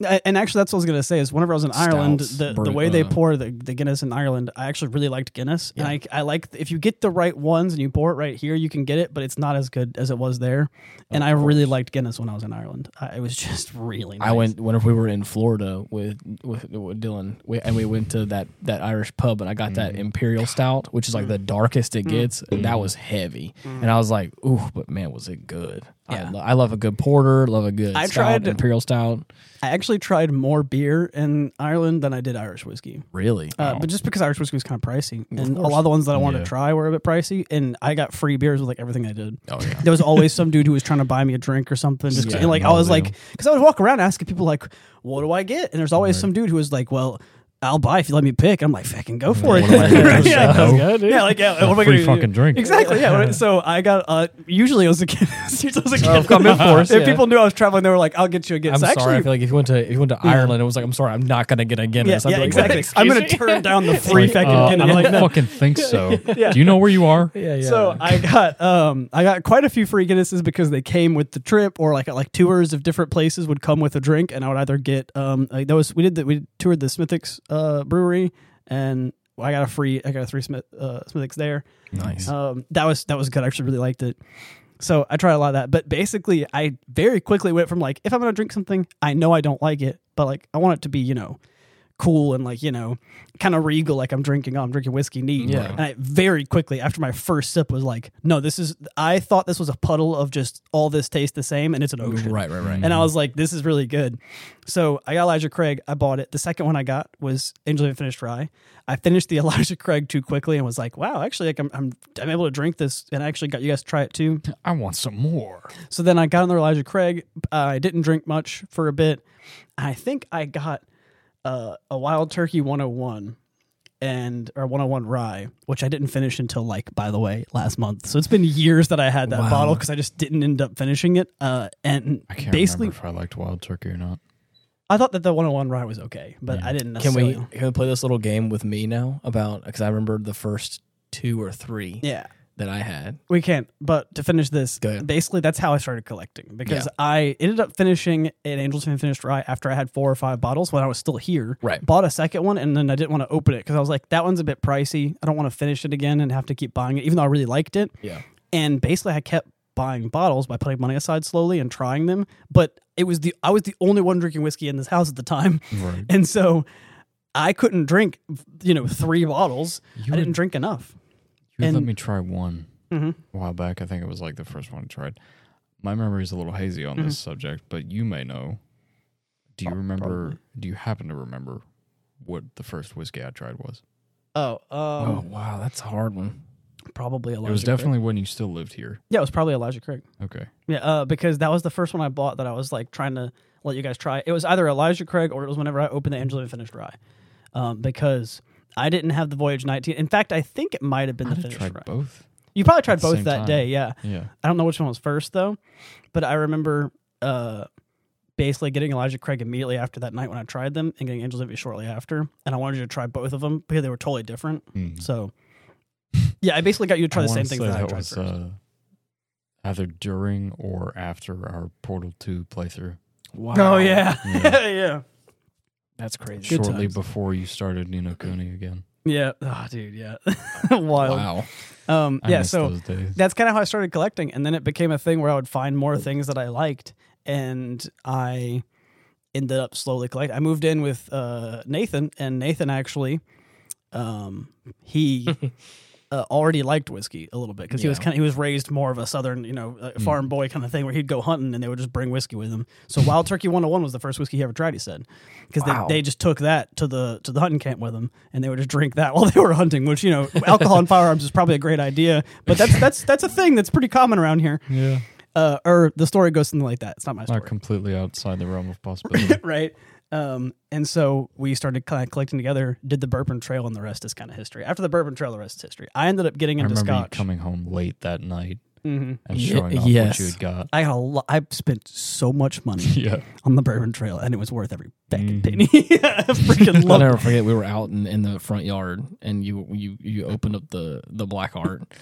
S1: I- and actually, that's what I was gonna say. Is whenever I was in Ireland,
S2: Stouts,
S1: the, the
S2: brew-
S1: way they
S2: uh,
S1: pour the, the Guinness in Ireland, I actually really liked Guinness. And I I like if you get the right ones and you pour it right here, you can get it, but it's not as good as it was there. And I really liked Guinness when I was in Ireland. I, it was just really. Nice.
S2: I went whenever we were in Florida with with, with Dylan, we, and we went to that that Irish pub, and I got
S1: Mm.
S2: that imperial stout, which is like the darkest it gets, and that was heavy. And I was like, "Ooh, but man, was it good!"
S1: Mm. Yeah.
S2: I, lo- I love a good porter, love a good
S1: I
S2: stout,
S1: tried-
S2: imperial stout.
S1: I actually tried more beer in Ireland than I did Irish whiskey.
S2: Really,
S1: Uh, But just because Irish whiskey was kind of pricey, and a
S2: Oh. course.
S1: lot of the ones that I wanted
S3: Yeah.
S1: to try were a bit pricey, and I got free beers with like everything I did.
S2: Oh, yeah.
S1: there was always some dude who was trying to buy me a drink or something. Just
S2: Yeah,
S1: and, like I
S3: no,
S1: was
S3: they
S1: like, because I would walk around asking people like, "What do I get?" And there's always some dude who was like, "Well, I'll buy if you let me pick." I'm like, "Fucking go for it!"
S3: What am I gonna
S1: Right?
S3: do?
S1: yeah,
S3: No.
S1: yeah, like yeah, what am I gonna
S3: free
S1: do?
S3: fucking drink.
S1: Exactly. Yeah. right. So I got. Uh, usually it was a kid. usually it was a kid.
S2: Oh, come in for us,
S1: if
S2: yeah.
S1: people knew I was traveling, they were like, "I'll get you a Guinness."
S2: I'm
S1: Actually,
S2: sorry. I feel like if you went to if you went to Ireland, it was like, "I'm sorry, I'm not gonna get a
S1: yeah,
S2: Guinness." I'd
S1: yeah,
S2: be like,
S1: exactly.
S2: "Excuse
S1: I'm gonna
S2: me?"
S1: turn down the free fucking
S3: Uh, I
S1: Guinness.
S3: don't fucking think so. Do you know where you are?
S2: Yeah, yeah.
S1: So I got um I got quite a few free Guinnesses because they came with the trip or like like tours of different places would come with a drink and I would either get um like that was we did that we toured the Smithix uh brewery and I got a free I got a three Smith uh Smithix there.
S2: nice.
S1: Um that was that was good. I actually really liked it. So I tried a lot of that. But basically I very quickly went from like if I'm gonna drink something, I know I don't like it, but like I want it to be, you know, cool and like, you know, kind of regal like I'm drinking oh, I'm drinking whiskey neat.
S2: Yeah.
S1: And I very quickly after my first sip was like, no, this is I thought this was a puddle of just all this tastes the same and it's an ocean.
S2: Right, right, right.
S1: And I was like, this is really good. So I got Elijah Craig. I bought it. The second one I got was Angel of Unfinished Rye. I finished the Elijah Craig too quickly and was like, wow, actually, like I'm, I'm, I'm able to drink this. And I actually got you guys to try it too.
S3: I want some more.
S1: So then I got another Elijah Craig. I didn't drink much for a bit. I think I got uh, a Wild Turkey 101 and or 101 rye which i didn't finish until like by the way last month so it's been years that i had that bottle 'cause bottle because i just didn't end up finishing it uh and
S3: I can't
S1: basically
S3: remember if I liked wild turkey or not.
S1: I thought that the 101 rye was okay, but I didn't
S2: Can
S1: necessarily.
S2: we can we play this little game with me now about because I remember the first two or three
S1: Yeah,
S2: that I had.
S1: we can't. But to finish this,
S2: Go ahead.
S1: basically that's how I started collecting because
S2: Yeah.
S1: I ended up finishing an Angels Unfinished Rye after I had four or five bottles when I was still here.
S2: Right.
S1: Bought a second one and then I didn't want to open it because I was like, that one's a bit pricey. I don't want to finish it again and have to keep buying it, even though I really liked it.
S2: Yeah.
S1: and basically I kept buying bottles by putting money aside slowly and trying them. But it was the I was the only one drinking whiskey in this house at the time,
S3: Right.
S1: and so I couldn't drink, you know, three bottles. I didn't drink enough.
S3: You
S1: And- Mm-hmm.
S3: let me try one a while back. I think it was like the first one I tried. My memory is a little hazy on this
S1: Mm-hmm.
S3: subject, but you may know. Do you remember? Do you happen to remember what the first whiskey I tried was?
S1: Oh, um,
S2: Oh wow, that's a hard one.
S1: probably Elijah.
S3: it was
S1: Craig.
S3: definitely when you still lived here.
S1: yeah, it was probably Elijah Craig.
S3: Okay.
S1: Yeah, uh, because that was the first one I bought that I was like trying to let you guys try. It was either Elijah Craig or it was whenever I opened the Angela Finished Rye, um, because I didn't have the Voyage 19. In fact, I think it might have been
S3: I
S1: the
S3: did
S1: Finished
S3: try
S1: Rye.
S3: both.
S1: You probably tried
S3: the
S1: both
S3: same
S1: that
S3: time.
S1: day. Yeah,
S3: Yeah.
S1: I don't know which one was first though, but I remember uh, basically getting Elijah Craig immediately after that night when I tried them, and getting Angels Envy shortly after. And I wanted you to try both of them because they were totally different.
S3: Mm.
S1: So, yeah, I basically got you to try
S3: I
S1: the same
S3: wanna
S1: things
S3: say
S1: that, I
S3: that
S1: tried
S3: was,
S1: first.
S3: uh, either during or after our Portal Two playthrough.
S2: Wow.
S1: oh yeah, yeah,
S3: Yeah.
S1: yeah,
S2: that's crazy.
S1: Good
S3: shortly
S1: times.
S3: before you started Nino Cooney again.
S1: Yeah. Oh, dude. Yeah. Wild.
S3: Wow.
S1: Um.
S3: I
S1: Yeah.
S3: miss
S1: So
S3: those days.
S1: that's kind of how I started collecting, and then it became a thing where I would find more things that I liked, and I ended up slowly collecting. I moved in with uh, Nathan, and Nathan actually, um, he. Uh, already liked whiskey a little bit because he was
S2: Yeah. Mm.
S1: kind of he was raised more of a southern you know uh, farm boy kind of thing where he'd go hunting and they would just bring whiskey with him. So Wild Turkey 101 was the first whiskey he ever tried. He said because
S2: Wow.
S1: they, they just took that to the to the hunting camp with them and they would just drink that while they were hunting. Which you know alcohol and firearms is probably a great idea, but that's that's that's a thing that's pretty common around here.
S3: Yeah.
S1: Uh, or the story goes something like that. It's not my story
S3: Not completely outside the realm of possibility.
S1: right? Um, and so we started kind of collecting together, did the Bourbon Trail, and the rest is kind of history. After the Bourbon Trail, the rest is history. I ended up getting
S3: I
S1: into
S3: remember
S1: Scotch.
S3: you coming home late that night
S1: Mhm.
S3: and
S2: Ye-
S3: showing off what
S2: yes.
S3: you had got.
S1: I got a lo- I spent so much money
S3: Yeah.
S1: on the Bourbon Trail, and it was worth every fucking penny. I freaking
S2: I'll
S1: love it.
S2: Mm. never forget we were out in, in the front yard and you you you opened up the the black art.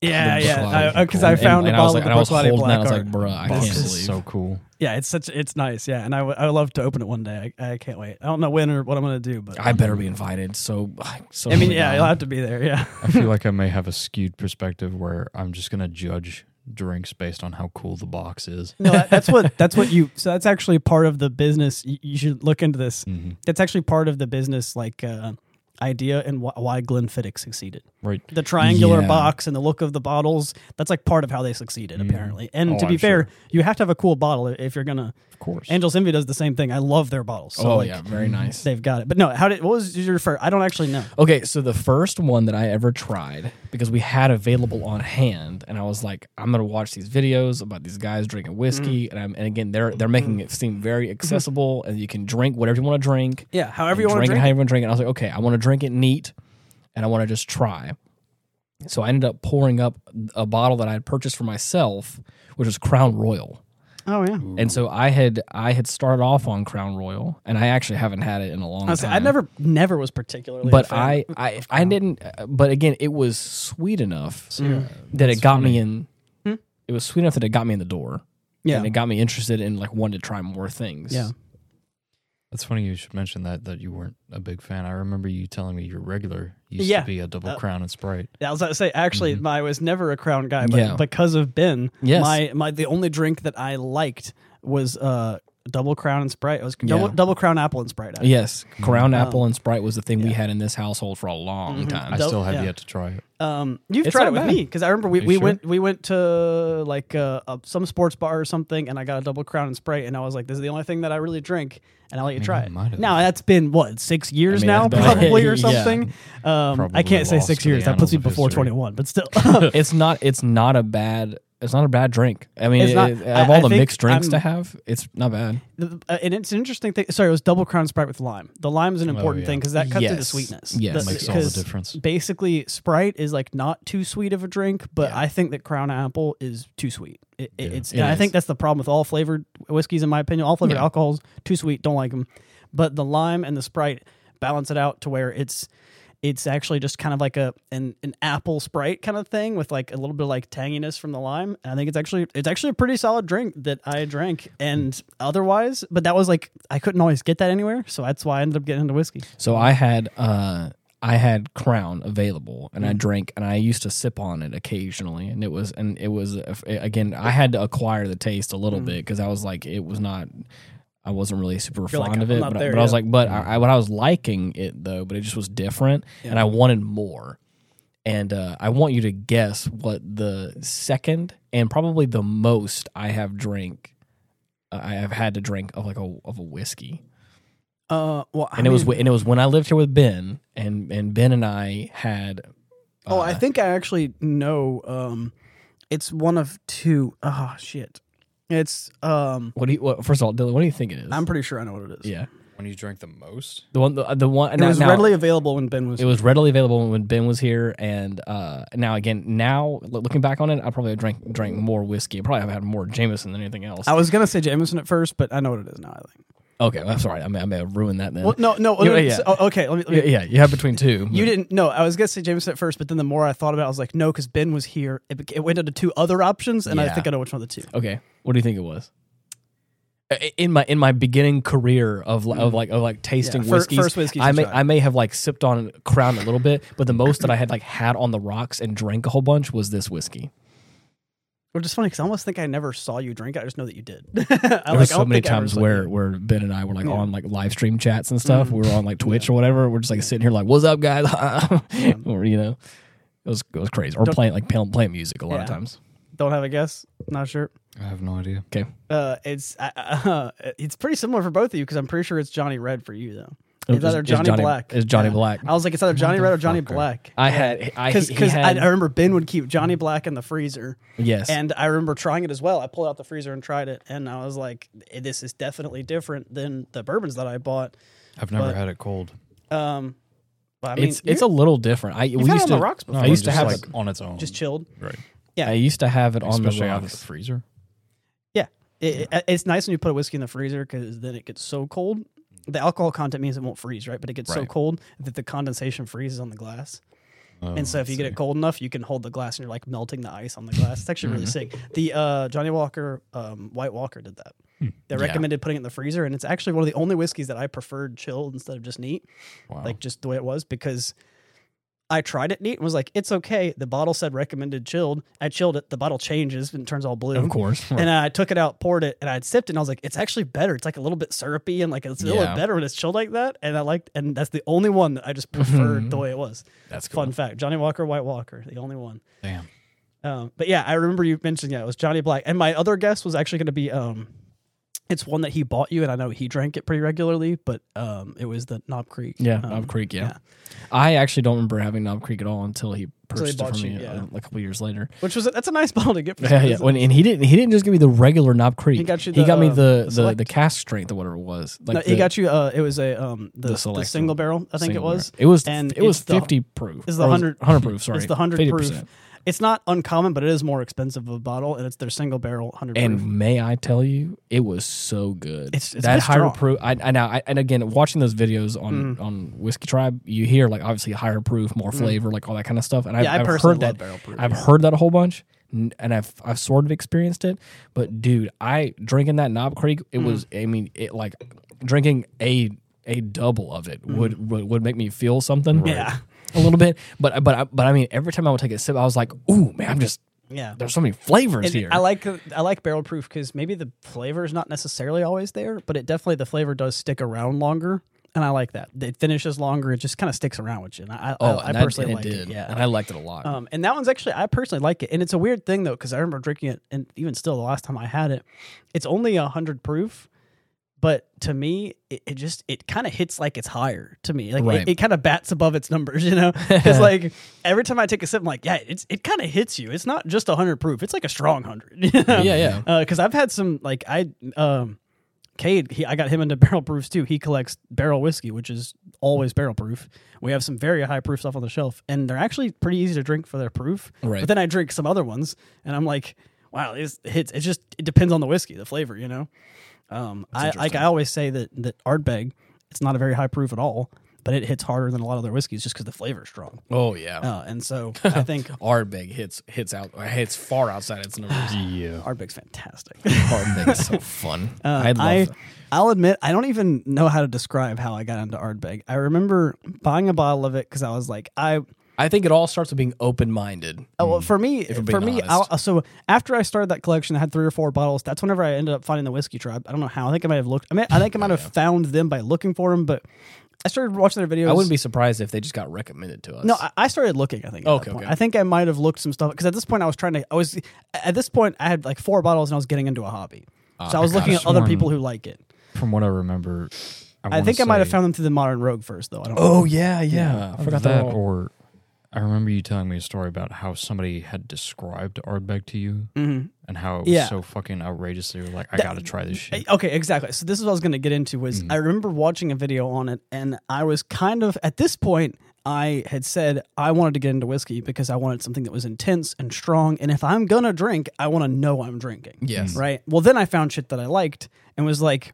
S1: Yeah,
S2: The
S1: yeah.
S2: Bushlight.
S1: Because I,
S2: And-
S1: found
S2: and
S1: a
S2: I was
S1: bottle
S2: like-
S1: of the
S2: and I was
S1: Bushlight
S2: holding that,
S1: Black
S2: I was
S1: Art.
S2: like, bruh, I
S3: This
S2: can't
S3: is
S2: believe.
S3: so cool.
S1: yeah, it's such it's nice. Yeah, and I, w- I would love to open it one day. I, I can't wait. I don't know when or what I'm gonna do, but
S2: I better be invited. So, I- so
S1: I mean,
S2: really
S1: yeah,
S2: bad.
S1: you'll have to be there. Yeah.
S3: I feel like I may have a skewed perspective where I'm just gonna judge drinks based on how cool the box is.
S1: No, that, that's what that's what you. So that's actually part of the business. You, you should look into this. That's actually part of the business, like uh, idea and wh- why Glenfiddich succeeded.
S3: Right.
S1: The triangular
S2: Yeah.
S1: box and the look of the bottles. That's like part of how they succeeded, apparently. And
S3: Oh,
S1: to be
S3: I'm
S1: fair, you have to have a cool bottle if you're gonna.
S3: Of course.
S1: Angel's Envy does the same thing. I love their bottles. So
S2: oh
S1: like,
S2: yeah, very nice.
S1: They've got it, but no. How did what was your first? I don't actually know.
S2: Okay, so the first one that I ever tried because we had available on hand, and I was like, I'm gonna watch these videos about these guys drinking whiskey,
S1: Mm.
S2: and I'm, and again they're they're making it seem very accessible, and you can drink whatever you want to drink.
S1: Mm-hmm. Yeah, however you
S2: and
S1: want to
S2: drink it
S1: drink.
S2: how you want to drink it. And I was like, okay, I want to drink it neat, and I want to just try. So I ended up pouring up a bottle that I had purchased for myself, which was Crown Royal.
S1: oh yeah.
S2: And so I had I had started off on Crown Royal, and I actually haven't had it in a long
S1: Honestly,
S2: time.
S1: I never, never was particularly. a
S2: but
S1: fan.
S2: I I I didn't. uh, But again, it was sweet enough that it got me in. It was sweet enough that it got me in the door.
S1: Hmm? yeah,
S2: and it got me interested in like wanting to try more things.
S1: Yeah.
S3: That's funny you should mention that that you weren't a big fan. I remember you telling me your regular used
S1: Yeah.
S3: to be a double
S1: Uh,
S3: crown and sprite.
S1: Yeah, I was about to say actually,
S3: Mm-hmm.
S1: my- I was never a crown guy, but
S2: Yeah.
S1: because of Ben,
S2: Yes.
S1: my my the only drink that I liked was uh double crown and Sprite. It was double,
S2: Yeah.
S1: double crown apple and Sprite. actually.
S2: Yes, Crown Apple and Sprite was the thing we had in this household for a
S1: Mm-hmm.
S2: long time.
S3: I
S1: Dou-
S3: still have
S1: yeah.
S3: yet to try it.
S1: Um, you've
S2: It's
S1: tried it
S2: not
S1: with
S2: bad.
S1: me because I remember we,
S3: You
S1: we
S3: sure?
S1: went we went to like uh, uh, some sports bar or something, and I got a double crown and Sprite, and I was like, this is the only thing that I really drink, and I let you try
S3: I
S1: it.
S3: might've-
S1: Now that's been what six years
S2: mean,
S1: now,
S2: that's bad.
S1: probably or
S2: Yeah.
S1: something. Um, I
S3: Probably
S1: can't say
S3: lost
S1: six
S3: to the
S1: years. That puts
S3: annals
S1: me
S3: of
S1: before
S3: history.
S1: twenty one, but still.
S2: it's not it's not a bad it's not a bad drink. I mean,
S1: It's
S2: it-
S1: not-
S2: it-
S1: I-
S2: of all
S1: I
S2: the
S1: think
S2: mixed drinks
S1: I'm-
S2: to have, it's not bad.
S1: The- uh, and it's an interesting thing. Sorry, it was double crown sprite with lime. The lime is an important
S3: Oh, yeah.
S1: thing because that cuts through the
S2: Yes.
S1: sweetness.
S2: Yes.
S1: The-
S3: Makes all the
S1: 'cause
S3: difference.
S1: Basically, sprite is like not too sweet of a drink, but I think that crown apple is too sweet. It, it- it's and I
S2: is.
S1: think that's the problem with all flavored whiskeys, in my opinion. All flavored alcohols too sweet, don't like them. But the lime and the sprite balance it out to where it's it's actually just kind of like a an, an apple sprite kind of thing with like a little bit of like tanginess from the lime. And I think it's actually it's actually a pretty solid drink that I drank and otherwise, but that was like I couldn't always get that anywhere, so that's why I ended up getting into whiskey.
S2: So I had uh I had Crown available,
S1: Mm-hmm.
S2: and I drank, and I used to sip on it occasionally, and it was and it was uh, again I had to acquire the taste a little
S1: Mm-hmm.
S2: bit because I was like it was not. I wasn't really super
S1: You're like,
S2: fond of
S1: "I'm
S2: it,
S1: not
S2: but, I-
S1: there
S2: but I was
S1: yet."
S2: like, but I, I, what I was liking it though, but it just was different, and I wanted more. And uh, I want you to guess what the second and probably the most I have drank, uh, I have had to drink of like a of a whiskey
S1: Uh well
S2: and it was wh- and it was when I lived here with Ben, and and Ben and I had
S1: Oh, I think I actually know um it's one of two oh shit. It's um
S2: what do you what, first of all, Dylan, what do you think it is?
S1: I'm pretty sure I know what it is.
S2: yeah,
S3: When you drank the most?
S2: the one the, the one
S1: It was readily available when Ben was
S2: it was readily available when Ben was here, and uh, now again now lo- looking back on it, I probably drank drank more whiskey. I probably have had more Jameson than anything else.
S1: I was gonna say Jameson at first, but I know what it is now, I think.
S2: okay, I'm sorry, I may, I may have ruined that then.
S1: Well no no,
S2: Yeah,
S1: no,
S2: yeah.
S1: so- oh, okay, let me, let me
S2: yeah, yeah, you have between two.
S1: You didn't know. I was gonna say Jameson at first, but then the more I thought about, it, I was like, no, because Ben was here. It, beca- it went into two other options, and I
S2: Yeah.
S1: think I know which one of the two.
S2: okay, what do you think it was? Uh, I- in my in my beginning career of li- of like of like tasting
S1: Mm-hmm. Yeah, fir-
S2: whiskeys,
S1: first whiskeys
S2: I
S1: you
S2: may
S1: tried.
S2: I may have like sipped on Crown a little bit, but the most that I had like had on the rocks and drank a whole bunch was this whiskey.
S1: Which is funny because I almost think I never saw you drink it. I just know that you did. I, like, I
S2: There was so
S1: don't
S2: many
S1: think I ever
S2: times
S1: saw
S2: where
S1: you.
S2: where Ben and I were like
S1: Yeah. Mm-hmm.
S2: on like live stream chats and stuff. We were on like Twitch or whatever. We're just like sitting here like, "What's up, guys?" or you know, it was it was crazy. Or
S1: Don't-
S2: playing like playing, playing music a lot
S1: Yeah.
S2: of times.
S1: don't have a guess. Not sure.
S3: I have no idea.
S2: Okay,
S1: Uh, it's uh, uh, it's pretty similar for both of you because I'm pretty sure it's Johnny Red for you though.
S2: Oh, It
S1: It's
S2: was-
S1: either
S2: it's
S1: Johnny,
S2: Johnny-
S1: Black.
S2: it's Johnny Black.
S1: I was like, it's either Johnny Red or Johnny
S3: Motherfucker.
S1: Black.
S2: I had I
S1: Because
S2: he
S1: I,
S2: had-
S1: I remember Ben would keep Johnny Black in the freezer.
S2: yes
S1: And I remember trying it as well. I pulled out the freezer and tried it, and I was like, "Eh, "This is definitely different than the bourbons that I bought."
S3: I've never
S1: But-
S3: had it cold.
S1: Um, but I mean,
S2: it's it's a little different. I we
S1: had
S2: used
S1: it on
S2: to
S1: the rocks before.
S2: I used to
S3: just
S2: have
S3: like
S2: it,
S3: on its own.
S1: just chilled.
S3: right.
S2: I used to have it on the
S3: Especially out of the
S2: rocks.
S3: freezer.
S1: Yeah, It- it- it's nice when you put a whiskey in the freezer because then it gets so cold. The alcohol content means it won't freeze, right? But it gets so
S3: Right.
S1: cold that the condensation freezes on the glass.
S3: Oh,
S1: And so if you get it cold enough, you can hold the glass and you're like melting the ice on the glass. It's actually really
S3: Mm-hmm.
S1: sick. The uh, Johnny Walker um, White Walker did that.
S3: Hmm.
S1: They recommended putting it in the freezer, and it's actually one of the only whiskeys that I preferred chilled instead of just neat,
S3: wow.
S1: like just the way it was, because I tried it neat and was like, it's okay. The bottle said recommended chilled. I chilled it. The bottle changes and turns all blue.
S2: Of course,
S1: And I took it out, poured it, and I sipped it. And I was like, it's actually better. It's like a little bit syrupy and like it's a little
S2: Yeah.
S1: better when it's chilled like that. And I liked, and that's the only one that I just preferred the way it was.
S2: Mm-hmm. that's
S1: Fun fact Johnny Walker, White Walker, the only one.
S3: Damn.
S1: Um, but yeah, I remember you mentioning that it was Johnny Black, and my other guess was actually going to be um, it's one that he bought you, and I know he drank it pretty regularly, but um, it was the Knob Creek.
S2: Yeah,
S1: um,
S2: Knob Creek. Yeah. I actually don't remember having Knob Creek at all until he purchased it
S1: bought
S2: from
S1: you,
S2: me
S1: yeah.
S2: uh, a couple years later.
S1: which was a, that's a nice bottle to get. For
S2: Yeah, yeah.
S1: someone,
S2: When, and he didn't. He didn't just give me the regular Knob Creek.
S1: He got you
S2: He
S1: the,
S2: got me
S1: uh, the
S2: the the, the,
S1: select?
S2: cast strength or whatever it was. Like
S1: No, he got you. Uh, it was a um the,
S2: the
S1: the
S2: select
S1: single
S2: one.
S1: barrel, I think it was.
S2: It was.
S1: and
S2: it was
S1: it's the-
S2: fifty proof.
S1: it's the
S2: Or was
S1: 100
S2: it hundred proof. Sorry,
S1: It's the hundred
S2: 50%.
S1: proof. It's not uncommon, but it is more expensive of a bottle, and it's their single barrel hundred proof.
S2: And may I tell you, it was so good.
S1: It's- it's
S2: that
S1: been
S2: higher
S1: strong. Mm.
S2: proof. I, I know. I, and again, watching those videos on on Whiskey Tribe, you hear like obviously higher proof, more flavor, like all that kind of stuff. And I've,
S1: Yeah, I
S2: I've
S1: personally
S2: heard
S1: love
S2: that.
S1: barrel proof,
S2: I've heard that a whole bunch, n- and I've I've sort of experienced it. But dude, I drinking that Knob Creek,
S1: Mm.
S2: it was. I mean, it like drinking a a double of it would, would would make me feel something.
S1: Mm. Yeah.
S2: A little bit, but but I- but I mean, every time I would take a sip, I was like, "Ooh, man, I'm just
S1: Yeah.
S2: there's so many flavors
S1: And
S2: here."
S1: I like I like barrel proof because maybe the flavor is not necessarily always there, but it definitely the flavor does stick around longer, and I like that. It finishes longer; it just kind of sticks around with you. And I,
S2: Oh,
S1: I, I
S2: and that-
S1: personally
S2: and
S1: like
S2: it
S1: it.
S2: did.
S1: Yeah,
S2: and I liked it a lot.
S1: um, and that one's actually I personally like it, and it's a weird thing though because I remember drinking it, and even still the last time I had it, it's only hundred proof, but to me it, it just it kind of hits like it's higher to me, like
S2: Right.
S1: it, it kind of bats above its numbers, you know? Because like every time I take a sip, I'm like, yeah, it's it kind of hits you. It's not just hundred proof; it's like a strong hundred.
S2: Yeah, yeah.
S1: Because I've had some like I um. Cade, he, I got him into barrel proofs too. He collects barrel whiskey, which is always barrel proof. We have some very high proof stuff on the shelf, and they're actually pretty easy to drink for their proof.
S2: Right.
S1: But then I drink some other ones, and I'm like, wow, this hits. It just it depends on the whiskey, the flavor, you know. Um, I like I always say that that Ardbeg, it's not a very high proof at all, but it hits harder than a lot of their whiskeys just because the flavor's strong.
S2: oh yeah,
S1: Uh, and so I think
S2: Ardbeg hits hits out or hits far outside its numbers.
S3: Yeah.
S1: Ardbeg's fantastic.
S2: Ardbeg is so fun. I love.
S1: Uh, I,
S2: that.
S1: I'll admit, I don't even know how to describe how I got into Ardbeg. I remember buying a bottle of it because I was like, I.
S2: I think it all starts with being open minded.
S1: Oh, well, for me,
S2: Hmm. we're
S1: for
S2: being
S1: me,
S2: honest.
S1: I'll, so after I started that collection, I had three or four bottles. That's whenever I ended up finding the whiskey tribe. I don't know how. I think I might have looked. I mean, I think I might have found them by looking for them, but I started watching their videos.
S2: I wouldn't be surprised if they just got recommended to us.
S1: No, I, I started looking. I think. at that
S2: Okay,
S1: point.
S2: okay.
S1: I think I might have looked some stuff because at this point I was trying to. I was at this point I had like four bottles and I was getting into a hobby,
S2: Ah,
S1: so I was looking at other
S3: one-
S1: people who like it.
S3: From what I remember, I,
S1: I
S3: wanna
S1: think I might have
S3: say
S1: found them through the Modern Rogue first, though. I don't. know.
S2: oh yeah, yeah. I forgot
S3: that.
S2: that. Or,
S3: Or I remember you telling me a story about how somebody had described Ardbeg to you and how it was
S1: Mm-hmm. Yeah.
S3: so fucking outrageous. They were like, I got to try this shit.
S1: Eh, Okay, exactly. So this is what I was going to get into was
S2: Mm-hmm.
S1: I remember watching a video on it and I was kind of at this point I had said I wanted to get into whiskey because I wanted something that was intense and strong and if I'm going to drink, I want to know I'm drinking.
S2: Yes.
S1: Right? Well, then I found shit that I liked and was like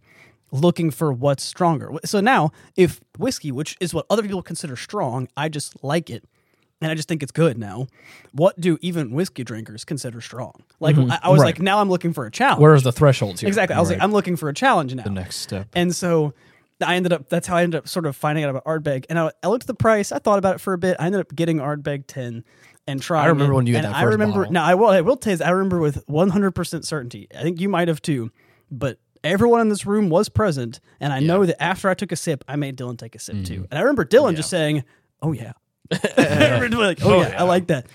S1: looking for what's stronger. So now, if whiskey, which is what other people consider strong, I just like it. and I just think it's good now. What do even whiskey drinkers consider strong? Like I, I was
S2: Mm-hmm. Right.
S1: like, now I'm looking for a challenge.
S2: Where's the thresholds here?
S1: exactly? I was like, I'm looking for a challenge now.
S3: The next step.
S1: And so I ended up, that's how I ended up sort of finding out about Ardbeg. And I, I looked at the price, I thought about it for a bit. I ended up getting Ardbeg 10 and trying.
S2: I remember
S1: it.
S2: when you had
S1: And
S2: that
S1: I
S2: first
S1: remember,
S2: bottle.
S1: now I will, I will tell you, this, I remember with 100% certainty. I think you might have too, but everyone in this room was present. And I know that after I took a sip, I made Dylan take a sip
S2: Mm-hmm.
S1: too. And I remember Dylan just saying, Oh yeah. Everybody like, oh, yeah, I like that.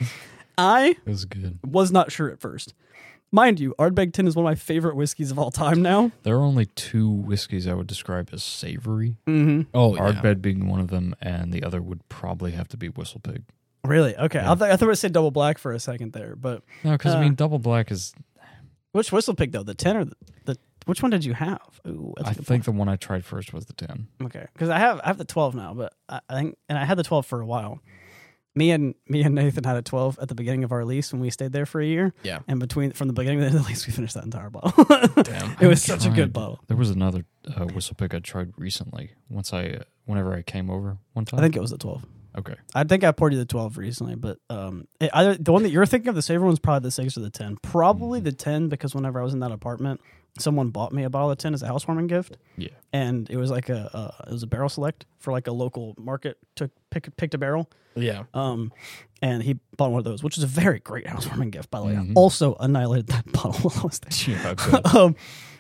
S1: I
S3: It was good.
S1: was not sure at first. Mind you, Ardbeg 10 is one of my favorite whiskeys of all time now.
S3: There are only two whiskeys I would describe as savory.
S1: Mm-hmm.
S2: oh yeah.
S3: Ardbeg being one of them, and the other would probably have to be Whistle Pig.
S1: Really? Okay. I, th- I thought I said double black for a second there, but
S3: No, because
S1: Uh,
S3: I mean, double black is.
S1: which whistle pig though? The ten or the, the which one did you have? Ooh, that's
S3: I
S1: a good
S3: think the one I tried first was the ten.
S1: point. okay, because I have I have the twelve now, but I, I think and I had the twelve for a while. Me and me and Nathan had a twelve at the beginning of our lease when we stayed there for a year.
S2: Yeah.
S1: and between from the beginning to the end of the lease, we finished that entire bottle. it was such a good
S3: tried-
S1: bottle.
S3: There was another uh, Whistle Pig I tried recently. Once I, uh, whenever I came over one time.
S1: I think it was the twelve.
S3: Okay.
S1: I think I poured you the twelve recently, but um, it, either the one that you're thinking of, the savory one's probably the six or the ten. Probably the ten because whenever I was in that apartment, someone bought me a bottle of ten as a housewarming gift.
S3: Yeah.
S1: and it was like a uh, it was a barrel select for like a local market took pick, picked a barrel
S2: Yeah.
S1: um and he bought one of those which is a very great housewarming gift by the way
S3: Mhm.
S1: I also annihilated that bottle while I was there
S3: Yeah, I bet.
S1: um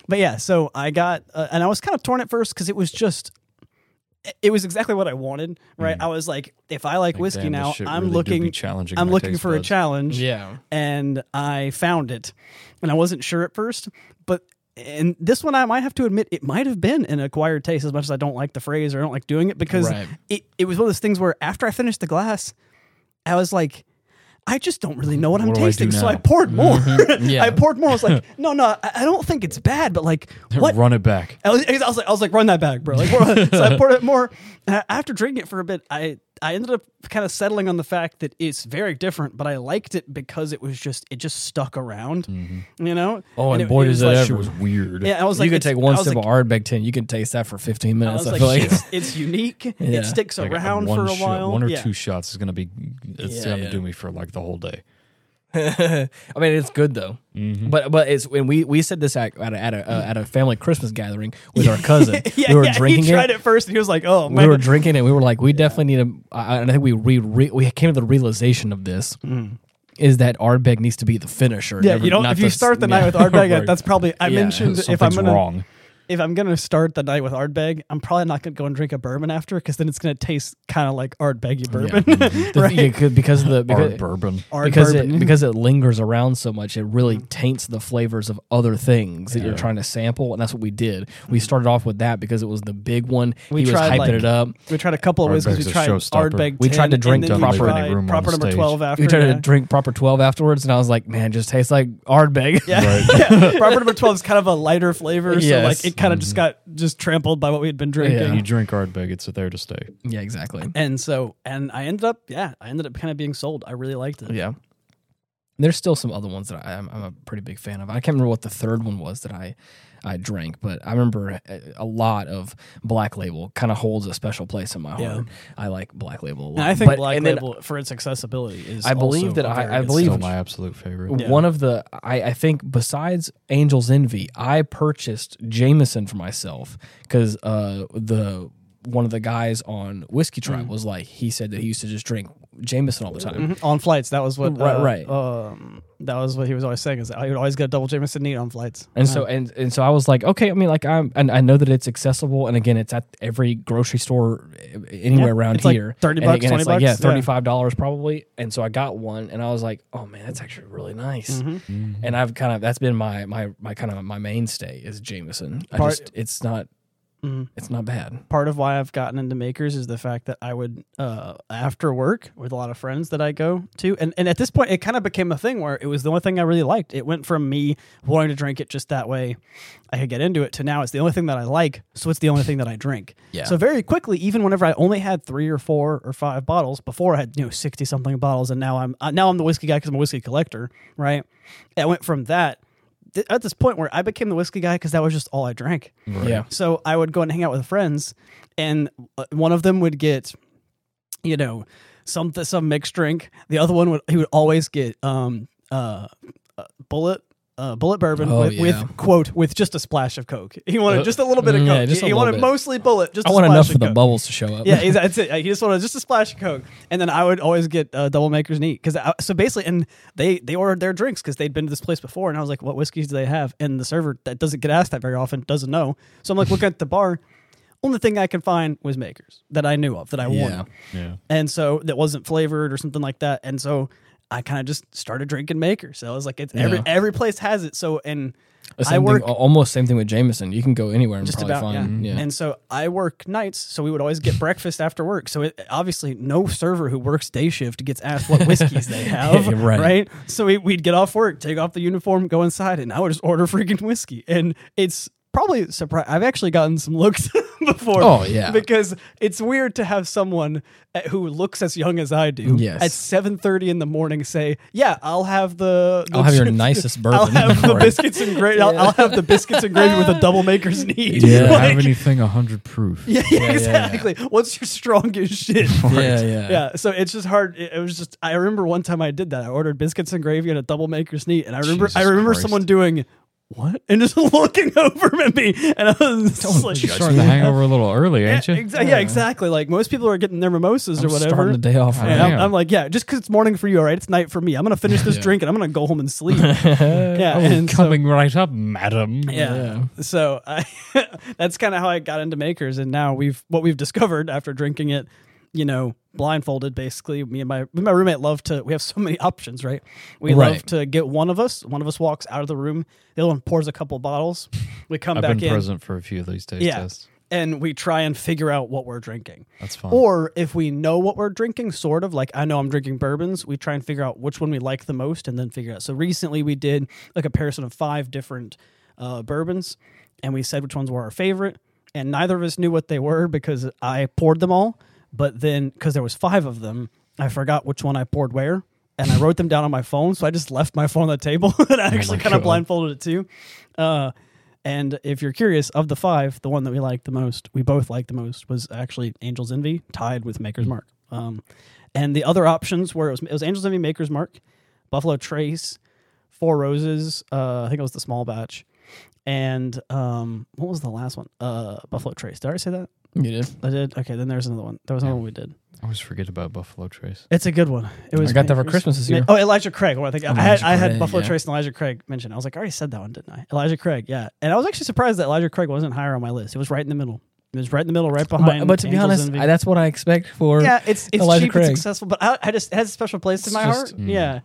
S1: but yeah so I got uh, and I was kind of torn at first because it was just it was exactly what I wanted right I was like if I like,
S3: Mm. Like,
S1: whiskey
S3: damn, this
S1: now
S3: shit
S1: I'm
S3: really do be
S1: looking
S3: challenging
S1: I'm
S3: my
S1: looking
S3: taste
S1: for a
S3: buds.
S1: challenge
S2: Yeah.
S1: and I found it. And I wasn't sure at first, but and this one I might have to admit it might have been an acquired taste as much as I don't like the phrase or I don't like doing it because
S2: Right.
S1: it, it was one of those things where after I finished the glass, I was like, I just don't really know what, I'm
S3: What do I do
S1: tasting. so
S3: now? Mm-hmm.
S1: I poured more.
S2: Yeah.
S1: I poured more. I was like, no, no, I, I don't think it's bad, but like what
S3: Run it back.
S1: I was, I was like, I was like, run that back, bro. Like, so I poured it more. And I- after drinking it for a bit, I I ended up kind of settling on the fact that it's very different, but I liked it because it was just it just stuck around, you know.
S2: Oh, and
S1: it-
S2: boy,
S1: it was
S2: does it
S1: like-
S2: ever.
S3: It was weird.
S1: Yeah, I was like,
S2: you could
S1: it's-
S2: take one
S1: I was
S2: sip
S1: like-
S2: of Ardbeg 10. You can taste that for 15
S1: I
S2: minutes.
S1: was
S2: I,
S1: like,
S2: feel like.
S1: it's, it's unique.
S2: Yeah.
S1: It sticks
S3: Like,
S1: around
S3: one
S1: for a
S3: shot-
S1: while.
S3: one or
S1: Yeah.
S3: two shots is gonna be. It's
S2: Yeah,
S3: gonna
S2: yeah.
S3: do me for like the whole day.
S2: I mean, it's good though.
S1: Mm-hmm.
S2: But but it's when we we said this at at a at a, uh, at a family Christmas gathering with our cousin.
S1: Yeah,
S2: we were
S1: yeah.
S2: drinking
S1: he tried
S2: it.
S1: it first, and he was like, "Oh,
S2: We
S1: man.
S2: were drinking it. We were like, we definitely need to. I, I- and I think we re, re we came to the realization of this is that Ardbeg needs to be the finisher.
S1: Mm. yeah."
S2: never-
S1: You don't.
S2: not
S1: If you start the
S2: yeah.
S1: night with Ardbeg,
S3: Right.
S1: that's probably. I
S2: Yeah.
S1: mentioned if I'm
S3: Something's
S1: gonna
S3: wrong.
S1: if I'm gonna start the night with Ardbeg, I'm probably not gonna go and drink a bourbon after because then it's gonna taste kind of like Ardbeggy bourbon.
S2: The- it could- because of the
S3: Hard
S2: because,
S3: bourbon.
S1: Ard
S2: because
S1: bourbon.
S2: it because it lingers around so much, it really
S1: Mm.
S2: taints the flavors of other things that you're trying to sample, and that's what we did. We started off with that because it was the big one.
S1: Mm-hmm. We
S2: he was
S1: tried,
S2: hyping
S1: like-
S2: it up.
S1: we tried a couple of
S3: Ardbeg's
S1: whiskeys. We
S3: a
S1: tried
S3: showstopper.
S1: Ardbeg.
S2: We
S1: 10,
S2: tried to drink
S1: and then
S2: proper-
S1: we tried
S3: Lemonade Room
S1: proper
S3: on
S1: number
S3: stage.
S1: twelve after.
S2: we tried
S1: yeah.
S2: to drink proper 12 afterwards and i was like man it just tastes like ardbeg
S1: Yeah. Yeah. proper number twelve is kind of a lighter flavor, so
S2: Yes. Mm-hmm.
S1: like it kind of just got just trampled by what we had been drinking.
S2: Yeah.
S3: When you drink Ardbeg, it's there to stay.
S2: yeah exactly
S1: And so, and I ended up, yeah, I ended up kind of being sold. I really liked it.
S2: yeah there's still some other ones that I, I'm, I'm a pretty big fan of i can't remember what the third one was that i i drank but i remember uh, a, a lot of black label kind of holds a special place in my heart
S1: Yeah.
S2: i like black label a lot
S1: And I think
S2: But-
S1: Black
S2: and then
S1: Label for its accessibility is.
S2: I believe
S1: also
S2: that
S1: a
S2: I-
S1: very
S2: I
S1: good
S2: believe-
S1: stuff.
S3: Still my absolute favorite.
S1: Yeah.
S2: One of the I, I think besides Angel's Envy, I purchased Jameson for myself because uh the one of the guys on Whiskey Tribe was like he said that he used to just drink Jameson all the time.
S1: Mhm. on flights. That was what.
S2: Right,
S1: uh,
S2: right.
S1: Um, that was what he was always saying is that he would always get a double Jameson neat on flights.
S2: And so and and so I was like, okay, I mean like I'm and I know that it's accessible and again it's at every grocery store eh, anywhere
S1: Yeah,
S2: around
S1: it's like
S2: here.
S1: 30
S2: and
S1: bucks,
S2: again,
S1: 20
S2: it's like, yeah,
S1: bucks, yeah.
S2: thirty five dollars probably. And so I got one and I was like, oh man, that's actually really nice.
S1: Mm-hmm.
S2: Mm-hmm. And I've kind of that's been my my my kind of my mainstay is Jameson. I
S1: Part- Mm-hmm.
S2: just it's not it's not bad.
S1: part of why I've gotten into makers is the fact that I would uh, after work with a lot of friends that I go to, and and at this point it kind of became a thing where it was the only thing I really liked. It went from me wanting to drink it just that way, I could get into it, to now it's the only thing that I like, so it's the only thing that I drink.
S2: Yeah.
S1: So very quickly, even whenever I only had three or four or five bottles before, I had you know sixty something bottles, and now I'm uh, now I'm the whiskey guy because I'm a whiskey collector, right? I went from that. th- At this point, where I became the whiskey guy because that was just all I drank.
S2: Yeah.
S1: So I would go and hang out with friends, and uh, one of them would get, you know, some some mixed drink. The other one would he would always get um uh, uh bullet. Uh, bullet bourbon
S2: Oh,
S1: with,
S2: yeah.
S1: with quote with just a splash of coke. He wanted
S2: Uh,
S1: just a little bit of
S2: mm,
S1: coke.
S2: yeah, just a
S1: he he
S2: little
S1: wanted
S2: bit.
S1: mostly bullet. Just
S2: I
S1: a
S2: want
S1: splash
S2: enough for
S1: of
S2: the
S1: coke.
S2: bubbles to show up.
S1: Yeah, he's- that's it. He just wanted just a splash of Coke, and then I would always get uh, double makers neat because so basically, and they they ordered their drinks because they'd been to this place before, and I was like, what whiskeys do they have? And the server that doesn't get asked that very often doesn't know, so I'm like looking at the bar. Only thing I could find was makers that I knew of that I
S2: Yeah.
S1: wanted,
S3: Yeah.
S1: and so that wasn't flavored or something like that, and so I kind of just started drinking makers. So I was like, it's every
S2: Yeah.
S1: every place has it. So and
S2: The
S1: I
S2: same
S1: work
S2: thing, al- almost same thing with Jameson. You can go anywhere and
S1: just
S2: probably
S1: about
S2: find.
S1: yeah.
S2: Yeah.
S1: And so I work nights, so we would always get breakfast after work. So it, obviously, no server who works day shift gets asked what whiskeys they have,
S2: Yeah, right.
S1: right? So we, we'd get off work, take off the uniform, go inside, and I would just order freaking whiskey. And it's probably surprise. I've actually gotten some looks before.
S2: Oh, yeah.
S1: because it's weird to have someone at- who looks as young as I do
S2: Yes.
S1: at seven thirty in the morning say, "Yeah, I'll have the, the
S2: I'll have your nicest bourbon.
S1: I'll have the
S2: Right.
S1: biscuits and gravy. I'll, I'll have the biscuits and gravy with a double maker's need.
S3: Do you
S2: Yeah.
S3: have
S1: Like-
S3: anything 100 proof?
S1: yeah,
S2: yeah, yeah.
S1: exactly. What's your strongest shit?
S2: Yeah, yeah,
S1: Yeah, so it's just hard. It, it was just. I remember one time I did that. I ordered biscuits and gravy and a double maker's neat, and I remember I
S3: Jesus
S1: remember
S3: Christ.
S1: someone doing what and just looking over at me, and I was just like,
S3: You're starting the hangover a little early,
S1: yeah,
S3: ain't you?
S1: exa- yeah, exactly. Like most people are getting their mimosas or
S2: I'm
S1: whatever.
S2: Starting the day off. right.
S1: And I'm,
S3: Yeah.
S1: I'm like, yeah, just because it's morning for you, all right? It's night for me. I'm gonna finish this
S3: Yeah.
S1: drink and I'm gonna go home and sleep. yeah, and so-
S3: Oh, Coming right up, madam.
S1: yeah. So I, that's kind of how I got into makers, and now we've what we've discovered after drinking it, you know, blindfolded. Basically, me and my me and my roommate love to. We have so many options, right? We love
S2: Right.
S1: to get one of us. One of us walks out of the room. The other one pours a couple bottles. We come
S3: I've
S1: back
S3: been
S1: in,
S3: present for a few of these taste
S1: Yeah.
S3: tests.
S1: and we try and figure out what we're drinking.
S3: That's fun.
S1: Or if we know what we're drinking, sort of like I know I'm drinking bourbons, we try and figure out which one we like the most and then figure out. So recently we did a comparison of five different uh, bourbons and we said which ones were our favorite. And neither of us knew what they were because I poured them all. But then, because there was five of them, I forgot which one I poured where. And I wrote them down on my phone. So I just left my phone on the table and
S3: Oh
S1: I actually kind of
S3: God.
S1: blindfolded it too. Uh, and if you're curious, of the five, the one that we liked the most, we both liked the most, was actually Angel's Envy, tied with Maker's Mark. Um, and the other options were it was, it was Angel's Envy, Maker's Mark, Buffalo Trace, Four Roses. Uh, I think it was the small batch, and um, what was the last one? Uh, Buffalo Trace. Did I already say that?
S2: You did.
S1: I did. Okay, then there's another one. There was another one we did.
S3: I always forget about Buffalo Trace.
S1: It's a good one. It was.
S2: I got that for
S1: Maker's-
S2: Christmas this year.
S1: Oh, Elijah Craig. Well, I think I had,
S2: Elijah
S1: I had
S2: Craig,
S1: Buffalo
S2: yeah.
S1: Trace and Elijah Craig mentioned. I was like, I already said that one, didn't I? Elijah Craig, yeah. And I was actually surprised that Elijah Craig wasn't higher on my list. It was right in the middle. It was right in the middle, right behind.
S2: But, but to be
S1: Angel's
S2: honest,
S1: Envy.
S2: I, that's what I expect for.
S1: yeah, it's it's
S2: Elijah
S1: cheap,
S2: Craig.
S1: it's successful, but I, I just it has a special place in my
S2: just-
S1: heart. Yeah,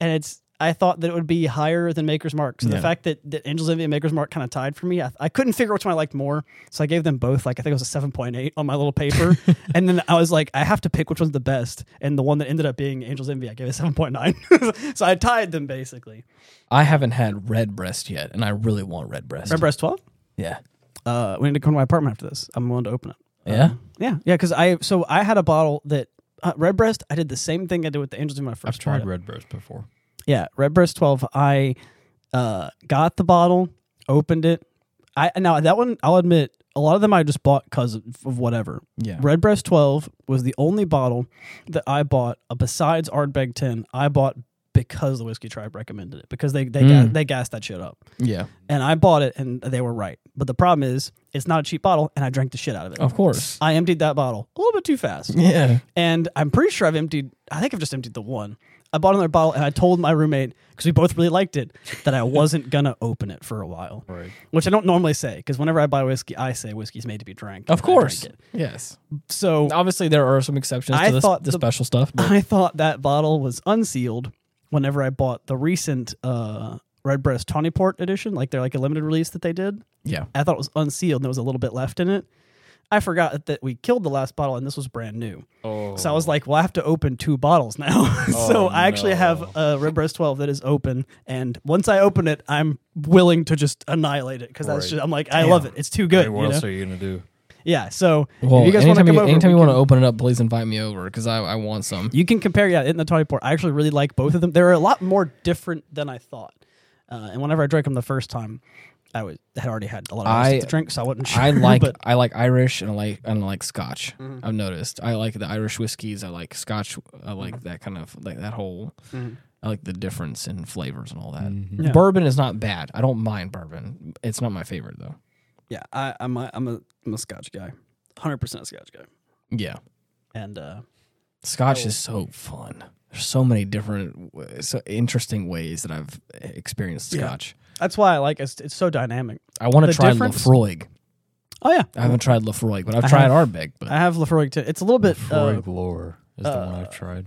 S1: and it's I thought that it would be higher than Maker's Mark. So
S2: Yeah.
S1: the fact that that Angels Envy and Maker's Mark kind of tied for me, I, I couldn't figure which one I liked more. So I gave them both like I think it was a seven point eight on my little paper, and then I was like, I have to pick which one's the best, and the one that ended up being Angels Envy, I gave it seven point nine. so I tied them basically.
S2: I haven't had red breast yet, and I really want red breast.
S1: Remember, I was twelve.
S2: Yeah.
S1: Uh, we need to come to my apartment after this. I'm willing to open it.
S2: Yeah.
S1: Yeah, yeah, because I so I had a bottle that. Uh, Redbreast, I did the same thing I did with the Angels in my first
S3: I've tried
S1: bottle.
S3: Red Breast before.
S1: Yeah, Redbreast 12. I uh, got the bottle, opened it. I now that one I'll admit a lot of them I just bought because of of whatever.
S2: Yeah.
S1: Redbreast 12 was the only bottle that I bought uh, besides Ardbeg 10. I bought because the Whiskey Tribe recommended it because they they ga-
S2: Mm.
S1: they gassed that shit up.
S2: Yeah.
S1: And I bought it and they were right. But the problem is it's not a cheap bottle and I drank the shit out of it.
S2: Of course.
S1: I emptied that bottle a little bit too fast
S2: Yeah.
S1: and I'm pretty sure I've emptied. I think I've just emptied the one. I bought another bottle, and I told my roommate because we both really liked it that I wasn't gonna open it for a while,
S3: Right.
S1: which I don't normally say because whenever I buy whiskey, I say whiskey's made to be drank. and
S2: Of
S1: I drink
S2: course.
S1: it.
S2: Yes.
S1: So
S2: Obviously, there are some exceptions
S1: I
S2: to this,
S1: thought
S2: the
S1: the-
S2: special stuff. But
S1: I thought that bottle was unsealed whenever I bought the recent uh, Redbreast Tawny Port edition, like they're like a limited release that they did.
S2: yeah.
S1: I thought it was unsealed and there was a little bit left in it. I forgot that we killed the last bottle and this was brand new.
S3: Oh.
S1: So I was like, well, I have to open two bottles now. so I actually
S3: no.
S1: have a Red Breast 12 that is open. And once I open it, I'm willing to just annihilate it because that's
S3: Right.
S1: just, I'm like, I love it. It's too good.
S3: Hey,
S1: you
S3: what else
S1: know?
S3: are you gonna do?
S1: Yeah. So
S2: Well,
S1: if you guys want to
S2: anytime
S1: come
S2: you,
S1: over,
S2: anytime
S1: we
S2: you want to
S1: can-
S2: open it up, please invite me over because I, I want some.
S1: you can compare, yeah, in the 20 port. I actually really like both of them. They're a lot more different than I thought. Uh, and whenever I drank them the first time, I was had already had a lot of other stuff
S2: I-
S1: to drink, so I wasn't sure.
S2: I like
S1: but Mm-hmm.
S2: I like Irish and I like and I like Scotch. I've noticed I like the Irish whiskeys. I like Scotch. I like
S1: Mm-hmm.
S2: that kind of like that whole. I like the difference in flavors and all that.
S3: Mm-hmm.
S1: Yeah.
S2: Bourbon is not bad. I don't mind bourbon. It's not my favorite though.
S1: yeah, I, I'm a, I'm a I'm a Scotch guy, hundred percent Scotch guy,
S2: Yeah,
S1: and uh,
S2: Scotch
S1: Oh.
S2: is so fun. There's so many different, w- so interesting ways that I've experienced
S1: Yeah.
S2: Scotch.
S1: that's why I like it. it's, it's so dynamic.
S2: I want
S1: The
S2: to try
S1: difference-
S2: Lafroig.
S1: Oh yeah,
S2: I haven't tried Lafroig, but I've
S1: I
S2: tried
S1: have-
S2: Ardbeg. But
S1: I have Lafroig too. It's a little bit. Uh,
S3: Freud lore is the one I've tried.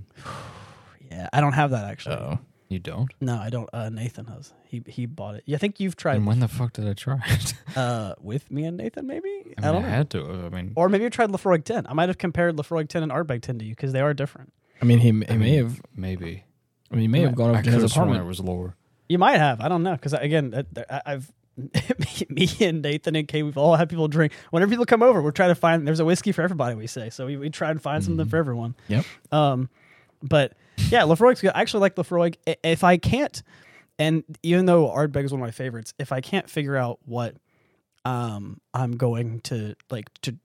S1: yeah, I don't have that actually.
S2: oh,
S3: You don't?
S1: No, I don't. Uh, Nathan has. He he bought it. Yeah, I think you've tried
S3: And when the fuck did I try it?
S1: uh, with me and Nathan maybe.
S3: I
S1: I,
S3: mean, I,
S1: don't know.
S3: had to. I mean,
S1: Or maybe you tried Lafroig ten. I might have compared Lafroig ten and Ardbeg ten to you because they are different.
S2: I mean, he, he may have.
S3: maybe.
S2: I mean, he may have gone
S3: I
S2: up to
S3: could
S2: his
S3: have sworn it
S2: apartment.
S3: was lore.
S1: You might have. I don't know because again, that- that- I- I've me and Nathan and Kay. We've all had people drink. Whenever people come over, we're trying to find. There's a whiskey for everybody. We say so. We, we try and find something for everyone.
S2: Yep.
S1: Um, but yeah, Lafroig's good. I actually like Lafroig. I- If I can't, and even though Ardbeg is one of my favorites, if I can't figure out what um I'm going to like to.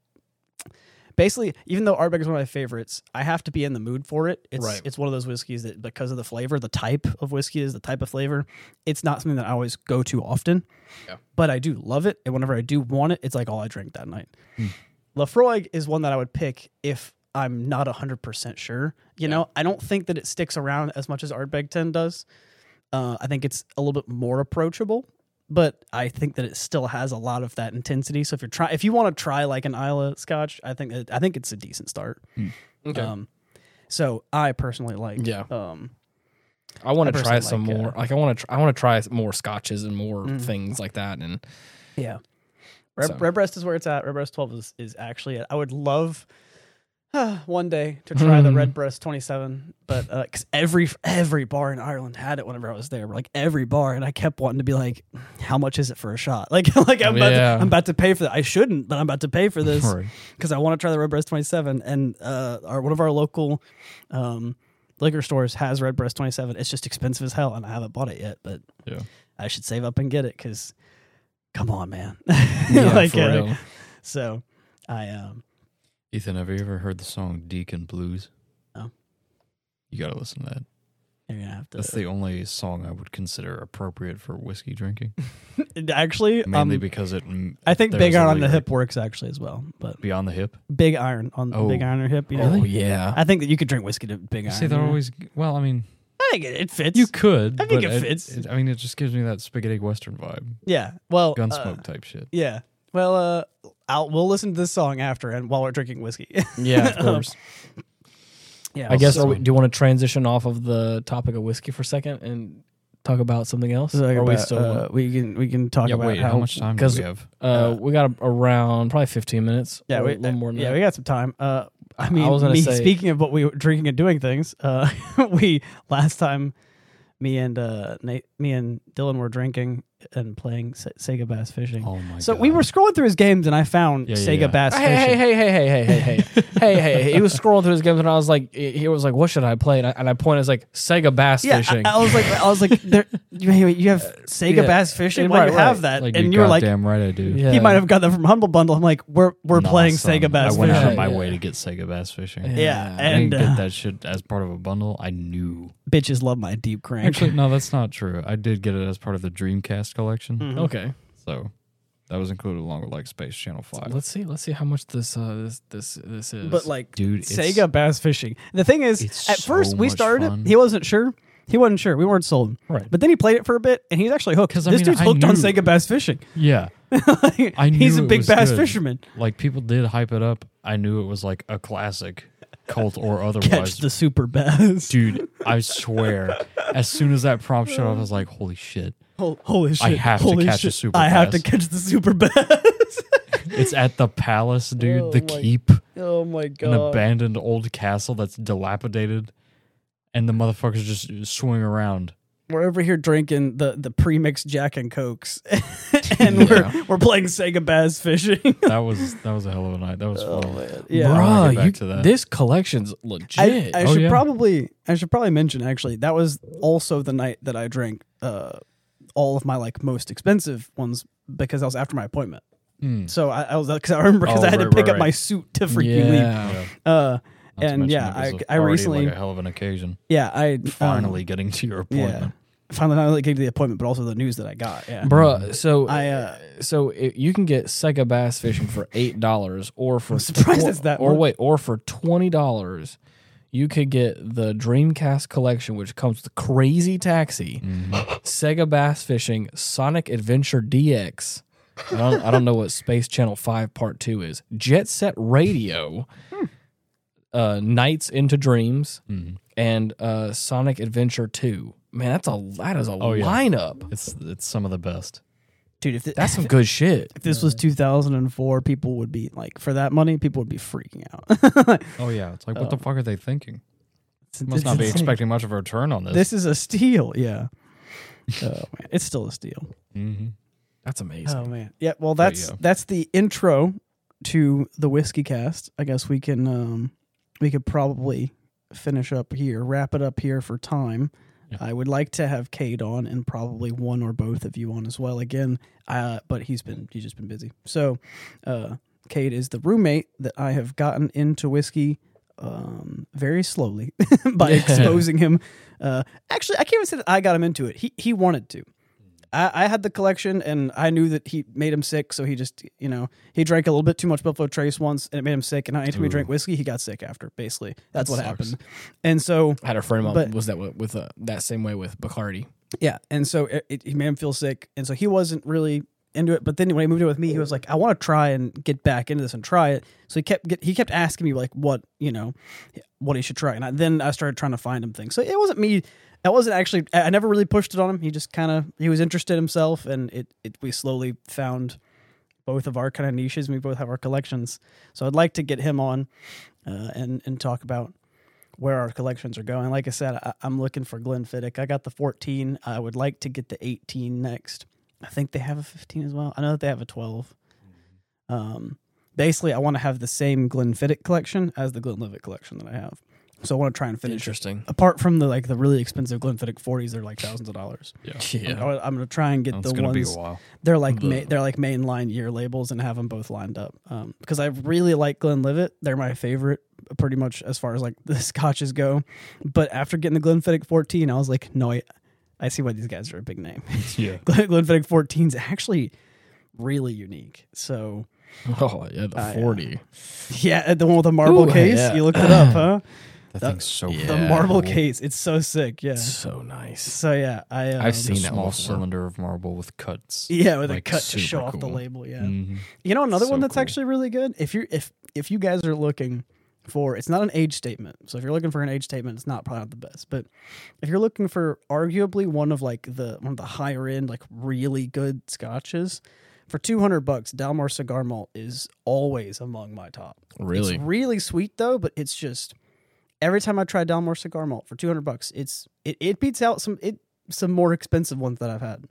S1: Basically, even though Ardbeg is one of my favorites, I have to be in the mood for it. It's
S2: Right.
S1: it's one of those whiskeys that because of the flavor, the type of whiskey is the type of flavor. It's not something that I always go to often,
S2: Yeah.
S1: but I do love it, and whenever I do want it, it's like all I drink that night.
S2: Hmm.
S1: Lafroig is one that I would pick if I'm not 100% sure. You know, I don't think that it sticks around as much as Ardbeg 10 does. Uh, I think it's a little bit more approachable, but I think that it still has a lot of that intensity. So if you're try if you want to try like an Isla Scotch, I think I think it's a decent start.
S2: Hmm. Okay.
S1: Um, so I personally like
S2: Yeah.
S1: um
S2: I want
S1: I
S2: to try
S1: personally
S2: some
S1: like, uh,
S2: more. Like I want to. Tr- I want to try more scotches and more things like that. And
S1: Yeah. Red,
S2: So-
S1: Red Breast is where it's at. Red Breast 12 is, is actually it. I would love one day to try
S2: Mm-hmm.
S1: the Red Breast 27, but because every every bar in Ireland had it whenever I was there, like every bar, and I kept wanting to be like, how much is it for a shot? Like, like I'm, about
S2: Yeah.
S1: to, I'm about to pay for that. I shouldn't, but I'm about to pay for this
S3: Right.
S1: because I want to try the Red Breast 27. And uh, our, one of our local um, liquor stores has Red Breast 27. It's just expensive as hell, and I haven't bought it yet, but
S3: Yeah.
S1: I should save up and get it because, come on, man.
S2: yeah,
S1: like,
S2: for
S1: uh,
S2: real.
S1: So, I um,
S3: Ethan, have you ever heard the song Deacon Blues?
S1: No.
S3: You gotta listen to that.
S1: you're gonna have to
S3: That's the only song I would consider appropriate for whiskey drinking.
S1: And actually.
S3: Mainly
S1: Um,
S3: because it. m-
S1: I think
S3: there
S1: Big
S3: is a
S1: Iron on the
S3: lyric.
S1: Hip works actually as well, but
S3: Beyond the hip.
S1: Big Iron on
S3: Oh.
S1: Big Iron or Hip, you know.
S2: Oh yeah.
S1: I think that you could drink whiskey to Big Iron.
S3: See, they're
S1: you know?
S3: always. Well, I mean,
S1: I think it, it fits.
S3: you could.
S1: I think
S3: but
S1: it fits.
S3: It, I mean, it just gives me that spaghetti western vibe,
S1: yeah. Well, uh,
S3: gunsmoke type shit.
S1: yeah. Well, uh, I'll, we'll listen to this song after and while we're drinking whiskey.
S2: Yeah. Of course.
S1: yeah.
S2: I guess.
S1: so-
S2: Are we, do you want to transition off of the topic of whiskey for a second and talk about something else?
S1: So
S2: are we
S1: about,
S2: still?
S1: uh, we can we can talk
S3: Yeah,
S1: about
S3: wait,
S1: how,
S3: how, much time do
S2: 'cause-
S3: we have?
S2: uh, we got a, around probably 15 minutes.
S1: yeah,
S2: or
S1: we, uh,
S2: a little more. Than
S1: yeah,
S2: that.
S1: we got some time. Uh, I
S2: I
S1: mean,
S2: was gonna
S1: me,
S2: say-
S1: speaking of what we were drinking and doing things, uh, we last time me and uh, Nate, me and Dylan were drinking and playing Se- Sega Bass Fishing.
S3: Oh my
S1: so we were scrolling through his games, and I found
S3: Yeah, yeah,
S1: Sega
S3: yeah.
S1: Bass
S2: Hey, hey,
S1: Fishing.
S2: hey, hey, hey, hey, hey, hey, hey, hey, hey. He was scrolling through his games, and I was like, he was like, "What should I play?" And I, and I pointed, I was like, "Sega Bass
S1: Yeah, I,
S2: Fishing."
S1: I was like, I was like, there, you, you have Sega
S2: yeah.
S1: Bass Fishing.
S2: Yeah,
S1: Why do
S2: right,
S1: you have
S2: right.
S1: that?
S3: Like,
S1: and you were like,
S3: damn right I do.
S2: Yeah.
S1: he might have got that from Humble Bundle. I'm like, we're we're
S3: Nah,
S1: playing
S3: son,
S1: Sega Bass
S3: I went
S1: Fishing.
S3: out of my
S2: Yeah.
S3: way to get Sega Bass Fishing.
S1: Yeah,
S2: Yeah.
S3: I
S1: and
S3: didn't
S1: uh,
S3: get that shit as part of a bundle. I knew.
S1: bitches love my deep crank.
S3: Actually, no, that's not true. I did get it as part of the Dreamcast collection,
S2: okay,
S3: so that was included along with like Space Channel Five.
S2: let's see, let's see how much this uh, this this this is.
S1: but like
S3: Dude, it's-
S1: Sega bass fishing. The thing is,
S3: it's
S1: at
S3: so
S1: first we
S3: much
S1: started.
S3: fun.
S1: He wasn't sure. He wasn't sure. We weren't sold.
S2: Right.
S1: But then he played it for a bit, and he's actually hooked.
S3: 'Cause,
S1: This
S3: I mean,
S1: dude's
S3: I
S1: hooked on
S3: knew-
S1: Sega bass fishing.
S3: yeah, I knew
S1: he's a
S3: it
S1: big
S3: was
S1: bass
S3: good.
S1: fisherman.
S3: Like people did hype it up. I knew it was like a classic, cult or
S1: Catch
S3: otherwise.
S1: the super bass.
S3: Dude, I swear, as soon as that prompt showed up, I was like, "Holy shit!"
S1: Hol- Holy shit!
S3: I have to
S1: Holy
S3: catch a
S1: shit.
S3: super
S1: I have to
S3: bass.
S1: catch the super bass.
S3: It's at the palace, dude.
S1: Oh
S3: the
S1: my
S3: keep.
S1: oh my
S3: an
S1: god!
S3: abandoned old castle that's dilapidated, and the motherfuckers just swing around.
S1: we're over here drinking the the pre-mixed Jack and Cokes, and we're we're playing Sega bass fishing.
S3: That was that was a hell of a night. That was
S1: Oh,
S3: fun.
S1: yeah.
S3: Bruh, I'll get
S2: Bruh,
S3: back
S2: you,
S3: to that.
S2: this collection's
S1: I,
S2: legit.
S1: I
S3: Oh,
S1: should
S3: yeah.
S1: probably I should probably mention actually that was also the night that I drank uh all of my like most expensive ones because I was after my appointment.
S3: Mm.
S1: So I, I was because I remember because
S3: Oh,
S1: I had to
S3: right,
S1: pick
S3: right,
S1: up my
S3: right.
S1: suit to freaking leave.
S2: yeah.
S3: Yeah.
S1: Uh,
S3: Not to
S1: And
S3: mention
S1: yeah,
S3: it was
S1: I-
S3: a-
S1: I
S3: already
S1: recently-
S3: like a hell of an occasion.
S1: yeah, I
S3: Finally getting to your
S1: um,
S3: appointment.
S1: yeah, finally not only getting to the appointment, but also the news that I got. Yeah,
S3: Mm.
S2: Bruh, so
S1: I uh,
S2: so it, you can get Sega bass fishing for eight dollars, or for
S1: surprised it's that
S2: or
S1: much.
S2: wait, or for twenty dollars, you could get the Dreamcast collection, which comes with Crazy Taxi,
S1: Mm-hmm.
S2: Sega Bass Fishing, Sonic Adventure DX. I don't, I don't know what Space Channel Five Part Two is. Jet Set Radio,
S1: Hmm.
S2: uh, Nights into Dreams,
S1: Mm-hmm.
S2: and uh, Sonic Adventure Two. Man, that's a that is a
S1: Oh,
S3: yeah.
S2: lineup.
S3: It's it's some of the best.
S1: dude, if th-
S2: That's some good shit.
S1: if this was 2004, people would be like, for that money, people would be freaking out.
S3: Oh yeah, it's like what the fuck are they thinking?
S1: Uh, It's-
S3: Must
S1: it's
S3: not be
S1: insane.
S3: expecting much of a return on this.
S1: This is a steal. Yeah. oh man, it's still a steal.
S3: Mhm.
S2: That's amazing.
S1: Oh man. Yeah. Well, that's
S3: yeah.
S1: that's the intro to the whiskey cast. I guess we can um we could probably finish up here, wrap it up here for time. I would like to have Cade on and probably one or both of you on as well again. Uh, but he's been he's just been busy. So, uh, Cade is the roommate that I have gotten into whiskey um very slowly by exposing him uh actually i can't even say that i got him into it he he wanted to I, I had the collection and I knew that he made him sick. So he just, you know, he drank a little bit too much Buffalo Trace once and it made him sick. And anytime he drank whiskey, he got sick after, basically. That's what
S3: sucks.
S1: happened. And so,
S2: I had a friend of mine
S1: But-
S2: was that with, with uh, that same way with Bacardi.
S1: yeah. And so it, it, he made him feel sick. And so he wasn't really into it. But then when he moved in with me, he was like, I want to try and get back into this and try it. So he kept, get, he kept asking me, like, what, you know, what he should try. And I, then I started trying to find him things. So it wasn't me. I wasn't actually. I I never really pushed it on him. He just kind of he was interested himself, and it, it we slowly found both of our kind of niches. and We both have our collections. So I'd like to get him on uh, and and talk about where our collections are going. Like I said, I, I'm looking for Glenfiddich. I got the 14. I would like to get the 18 next. I think they have a 15 as well. I know that they have a 12.
S3: Mm-hmm.
S1: Um, basically, I want to have the same Glenfiddich collection as the Glenlivet collection that I have. So I want to try and finish it.
S2: Interesting.
S1: Apart from the like the really expensive Glenfiddich 40s, they're like thousands of dollars.
S2: Yeah.
S1: I- I'm gonna try and get
S3: It's
S1: the
S3: gonna
S1: ones
S3: be a while.
S1: they're like ma- they're like mainline year labels and have them both lined up um, because I really like Glenlivet. They're my favorite, pretty much as far as like the scotches go. But after getting the Glenfiddich 14, I was like, no, I, I see why these guys are a big name.
S3: Yeah.
S1: Glen- Glenfiddich 14 is actually really unique. So
S2: Oh yeah, the
S1: I, uh,
S2: forty.
S1: yeah, the one with the marble
S2: Ooh,
S1: case,
S2: yeah.
S1: you looked it up, huh?
S3: That,
S1: That-
S3: thing's so
S2: Yeah.
S1: The marble case, it's so sick. Yeah.
S2: so nice.
S1: So yeah, I um,
S2: I've seen that
S3: small
S2: one.
S3: cylinder of marble with cuts.
S1: Yeah, with a
S3: like,
S1: cut to show
S3: super
S1: off the
S3: cool.
S1: label. Yeah.
S3: Mhm.
S1: You know another
S3: So
S1: one that's
S3: cool.
S1: actually really good. If you if if you guys are looking for it's not an age statement. So if you're looking for an age statement, it's not probably not the best. But if you're looking for arguably one of like the one of the higher end like really good scotches, for 200 bucks, Dalmore Cigar Malt is always among my top.
S2: Really?
S1: It's really sweet though, but it's just every time I try Dalmore Cigar Malt for 200 bucks, it's it, it beats out some it some more expensive ones that I've had.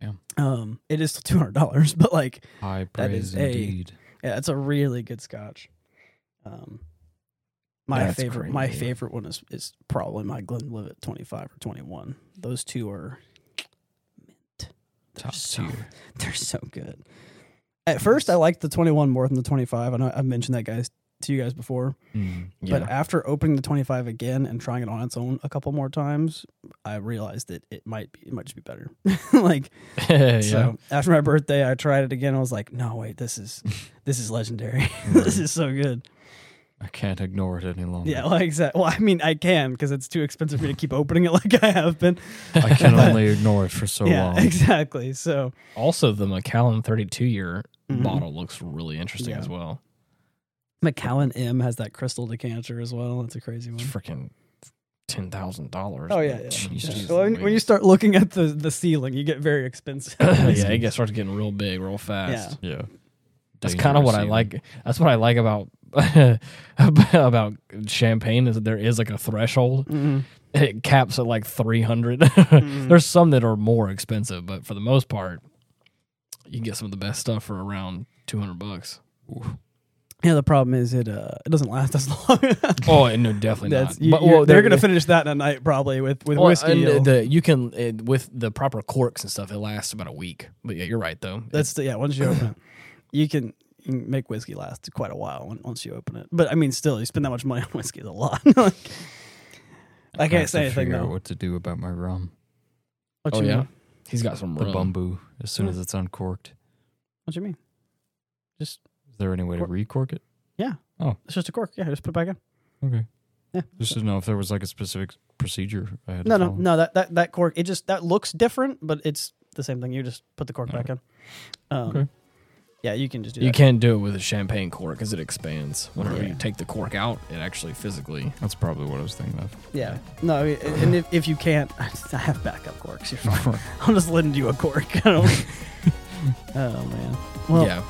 S3: Damn.
S1: Um, it is still two hundred dollars, but like
S3: High
S1: That
S3: praise
S1: is a-
S3: indeed.
S1: yeah, it's a really good scotch. Um, my
S2: That's
S1: favorite, my
S2: crazy.
S1: favorite one is is probably my Glenlivet twenty five or twenty one. Those two are mint. They're
S3: Top
S1: so,
S3: tier.
S1: They're so good. At first, I liked the twenty one more than the twenty five. I know I mentioned that guys to you guys before,
S3: Mhm.
S1: but uh, after opening the twenty five again and trying it on its own a couple more times, I realized that it might be it might just be better. like
S2: yeah.
S1: so after my birthday, I tried it again. I was like, no, wait, this is this is legendary. this is so good.
S3: I can't ignore it any longer.
S1: Yeah, like that. Well, I mean, I can because it's too expensive for me to keep opening it like I have been.
S3: I can only ignore it for so
S1: yeah,
S3: long.
S1: exactly. So
S2: Also, the Macallan thirty-two year
S1: Mhm.
S2: bottle looks really interesting
S1: Yeah.
S2: as well.
S1: Macallan M has that crystal decanter as well. That's a crazy one.
S2: It's freaking ten thousand dollars.
S1: Oh yeah, yeah.
S3: Jesus
S1: Yeah. When, when you start looking at the the ceiling, you get very expensive.
S2: yeah, it gets starts getting real big, real fast.
S1: Yeah.
S3: Yeah.
S2: That's kind of what I
S3: Dangerous
S2: like. That's what I like about about champagne is that there is like a threshold.
S1: Mhm.
S2: It caps at like three
S1: mm-hmm.
S2: There's some that are more expensive, but for the most part, you can get some of the best stuff for around two hundred bucks.
S1: Yeah, the problem is it uh it doesn't last as long.
S2: Oh, and no, definitely
S1: That's
S2: not.
S1: you,
S2: but,
S1: you're-
S2: well,
S1: they're
S2: the-
S1: gonna finish that in a night probably with with
S2: well,
S1: whiskey.
S2: and the-
S1: it'll-
S2: the- you can it, with the proper corks and stuff. It lasts about a week. But yeah, you're right though.
S1: That's the yeah. Once you open it, you can you can make whiskey last quite a while on- once you open it. But I mean, still, you spend that much money on whiskey is a lot. Like, I
S3: I
S1: can't
S3: have
S1: say
S3: to
S1: anything
S3: figure out
S1: though.
S3: what to do about my rum.
S1: What
S2: Oh,
S1: you
S2: yeah?
S1: mean?
S2: He's got some
S3: The
S2: rum.
S3: bamboo. As soon
S1: Yeah.
S3: as it's uncorked,
S1: What you mean? Just
S3: is there any way to
S1: Cork-
S3: recork it?
S1: it's just a cork. Yeah, just put it back in.
S3: Okay.
S1: Yeah.
S3: Just to know if there was like a specific procedure I had.
S1: No,
S3: to
S1: no,
S3: follow.
S1: no. That that that cork. It just that looks different, but it's the same thing. You just put the cork back in. Um,
S3: Okay.
S1: Yeah, you can just do
S2: You
S1: that.
S2: can do it with a champagne cork because it expands. Whenever
S1: Yeah.
S2: you take the cork out, it actually physically.
S3: That's probably what I was thinking of.
S1: Yeah. No, I mean, and if, if you can't, I have backup corks. You're fine. I'm just lending you a cork. I don't- oh man. Well,
S2: yeah.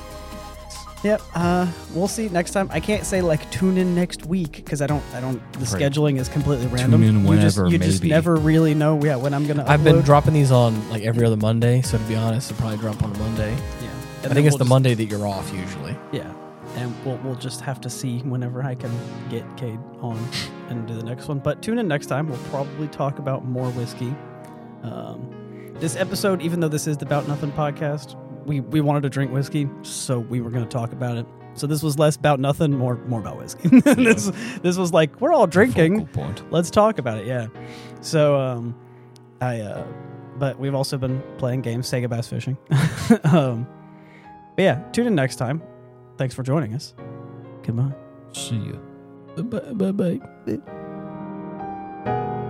S1: Yep. Uh, we'll see next time. I can't say like tune in next week because I don't. I don't. The
S3: Right.
S1: scheduling is completely random.
S3: in
S1: you just,
S3: whenever,
S1: you just
S3: maybe.
S1: never really know. Yeah, when I'm gonna.
S2: I've been
S1: upload.
S2: dropping these on like every other Monday. So to be honest, I'll probably drop on a Monday.
S1: Yeah.
S2: I
S1: And
S2: think
S1: then
S2: it's
S1: we'll
S2: the
S1: just-
S2: Monday that you're off usually.
S1: Yeah. And we'll we'll just have to see whenever I can get Cade on and do the next one. But tune in next time. We'll probably talk about more whiskey. Um, this episode, even though this is the About Nothing podcast, we we wanted to drink whiskey, so we were going to talk about it. So this was less about nothing, more more about whiskey. this this was like we're all drinking
S3: Focal point.
S1: let's talk about it. Yeah. So, um, I, uh, but we've also been playing games, Sega Bass Fishing. um, but yeah, tune in next time. Thanks for joining us. Goodbye.
S3: See ya.
S2: Bye bye.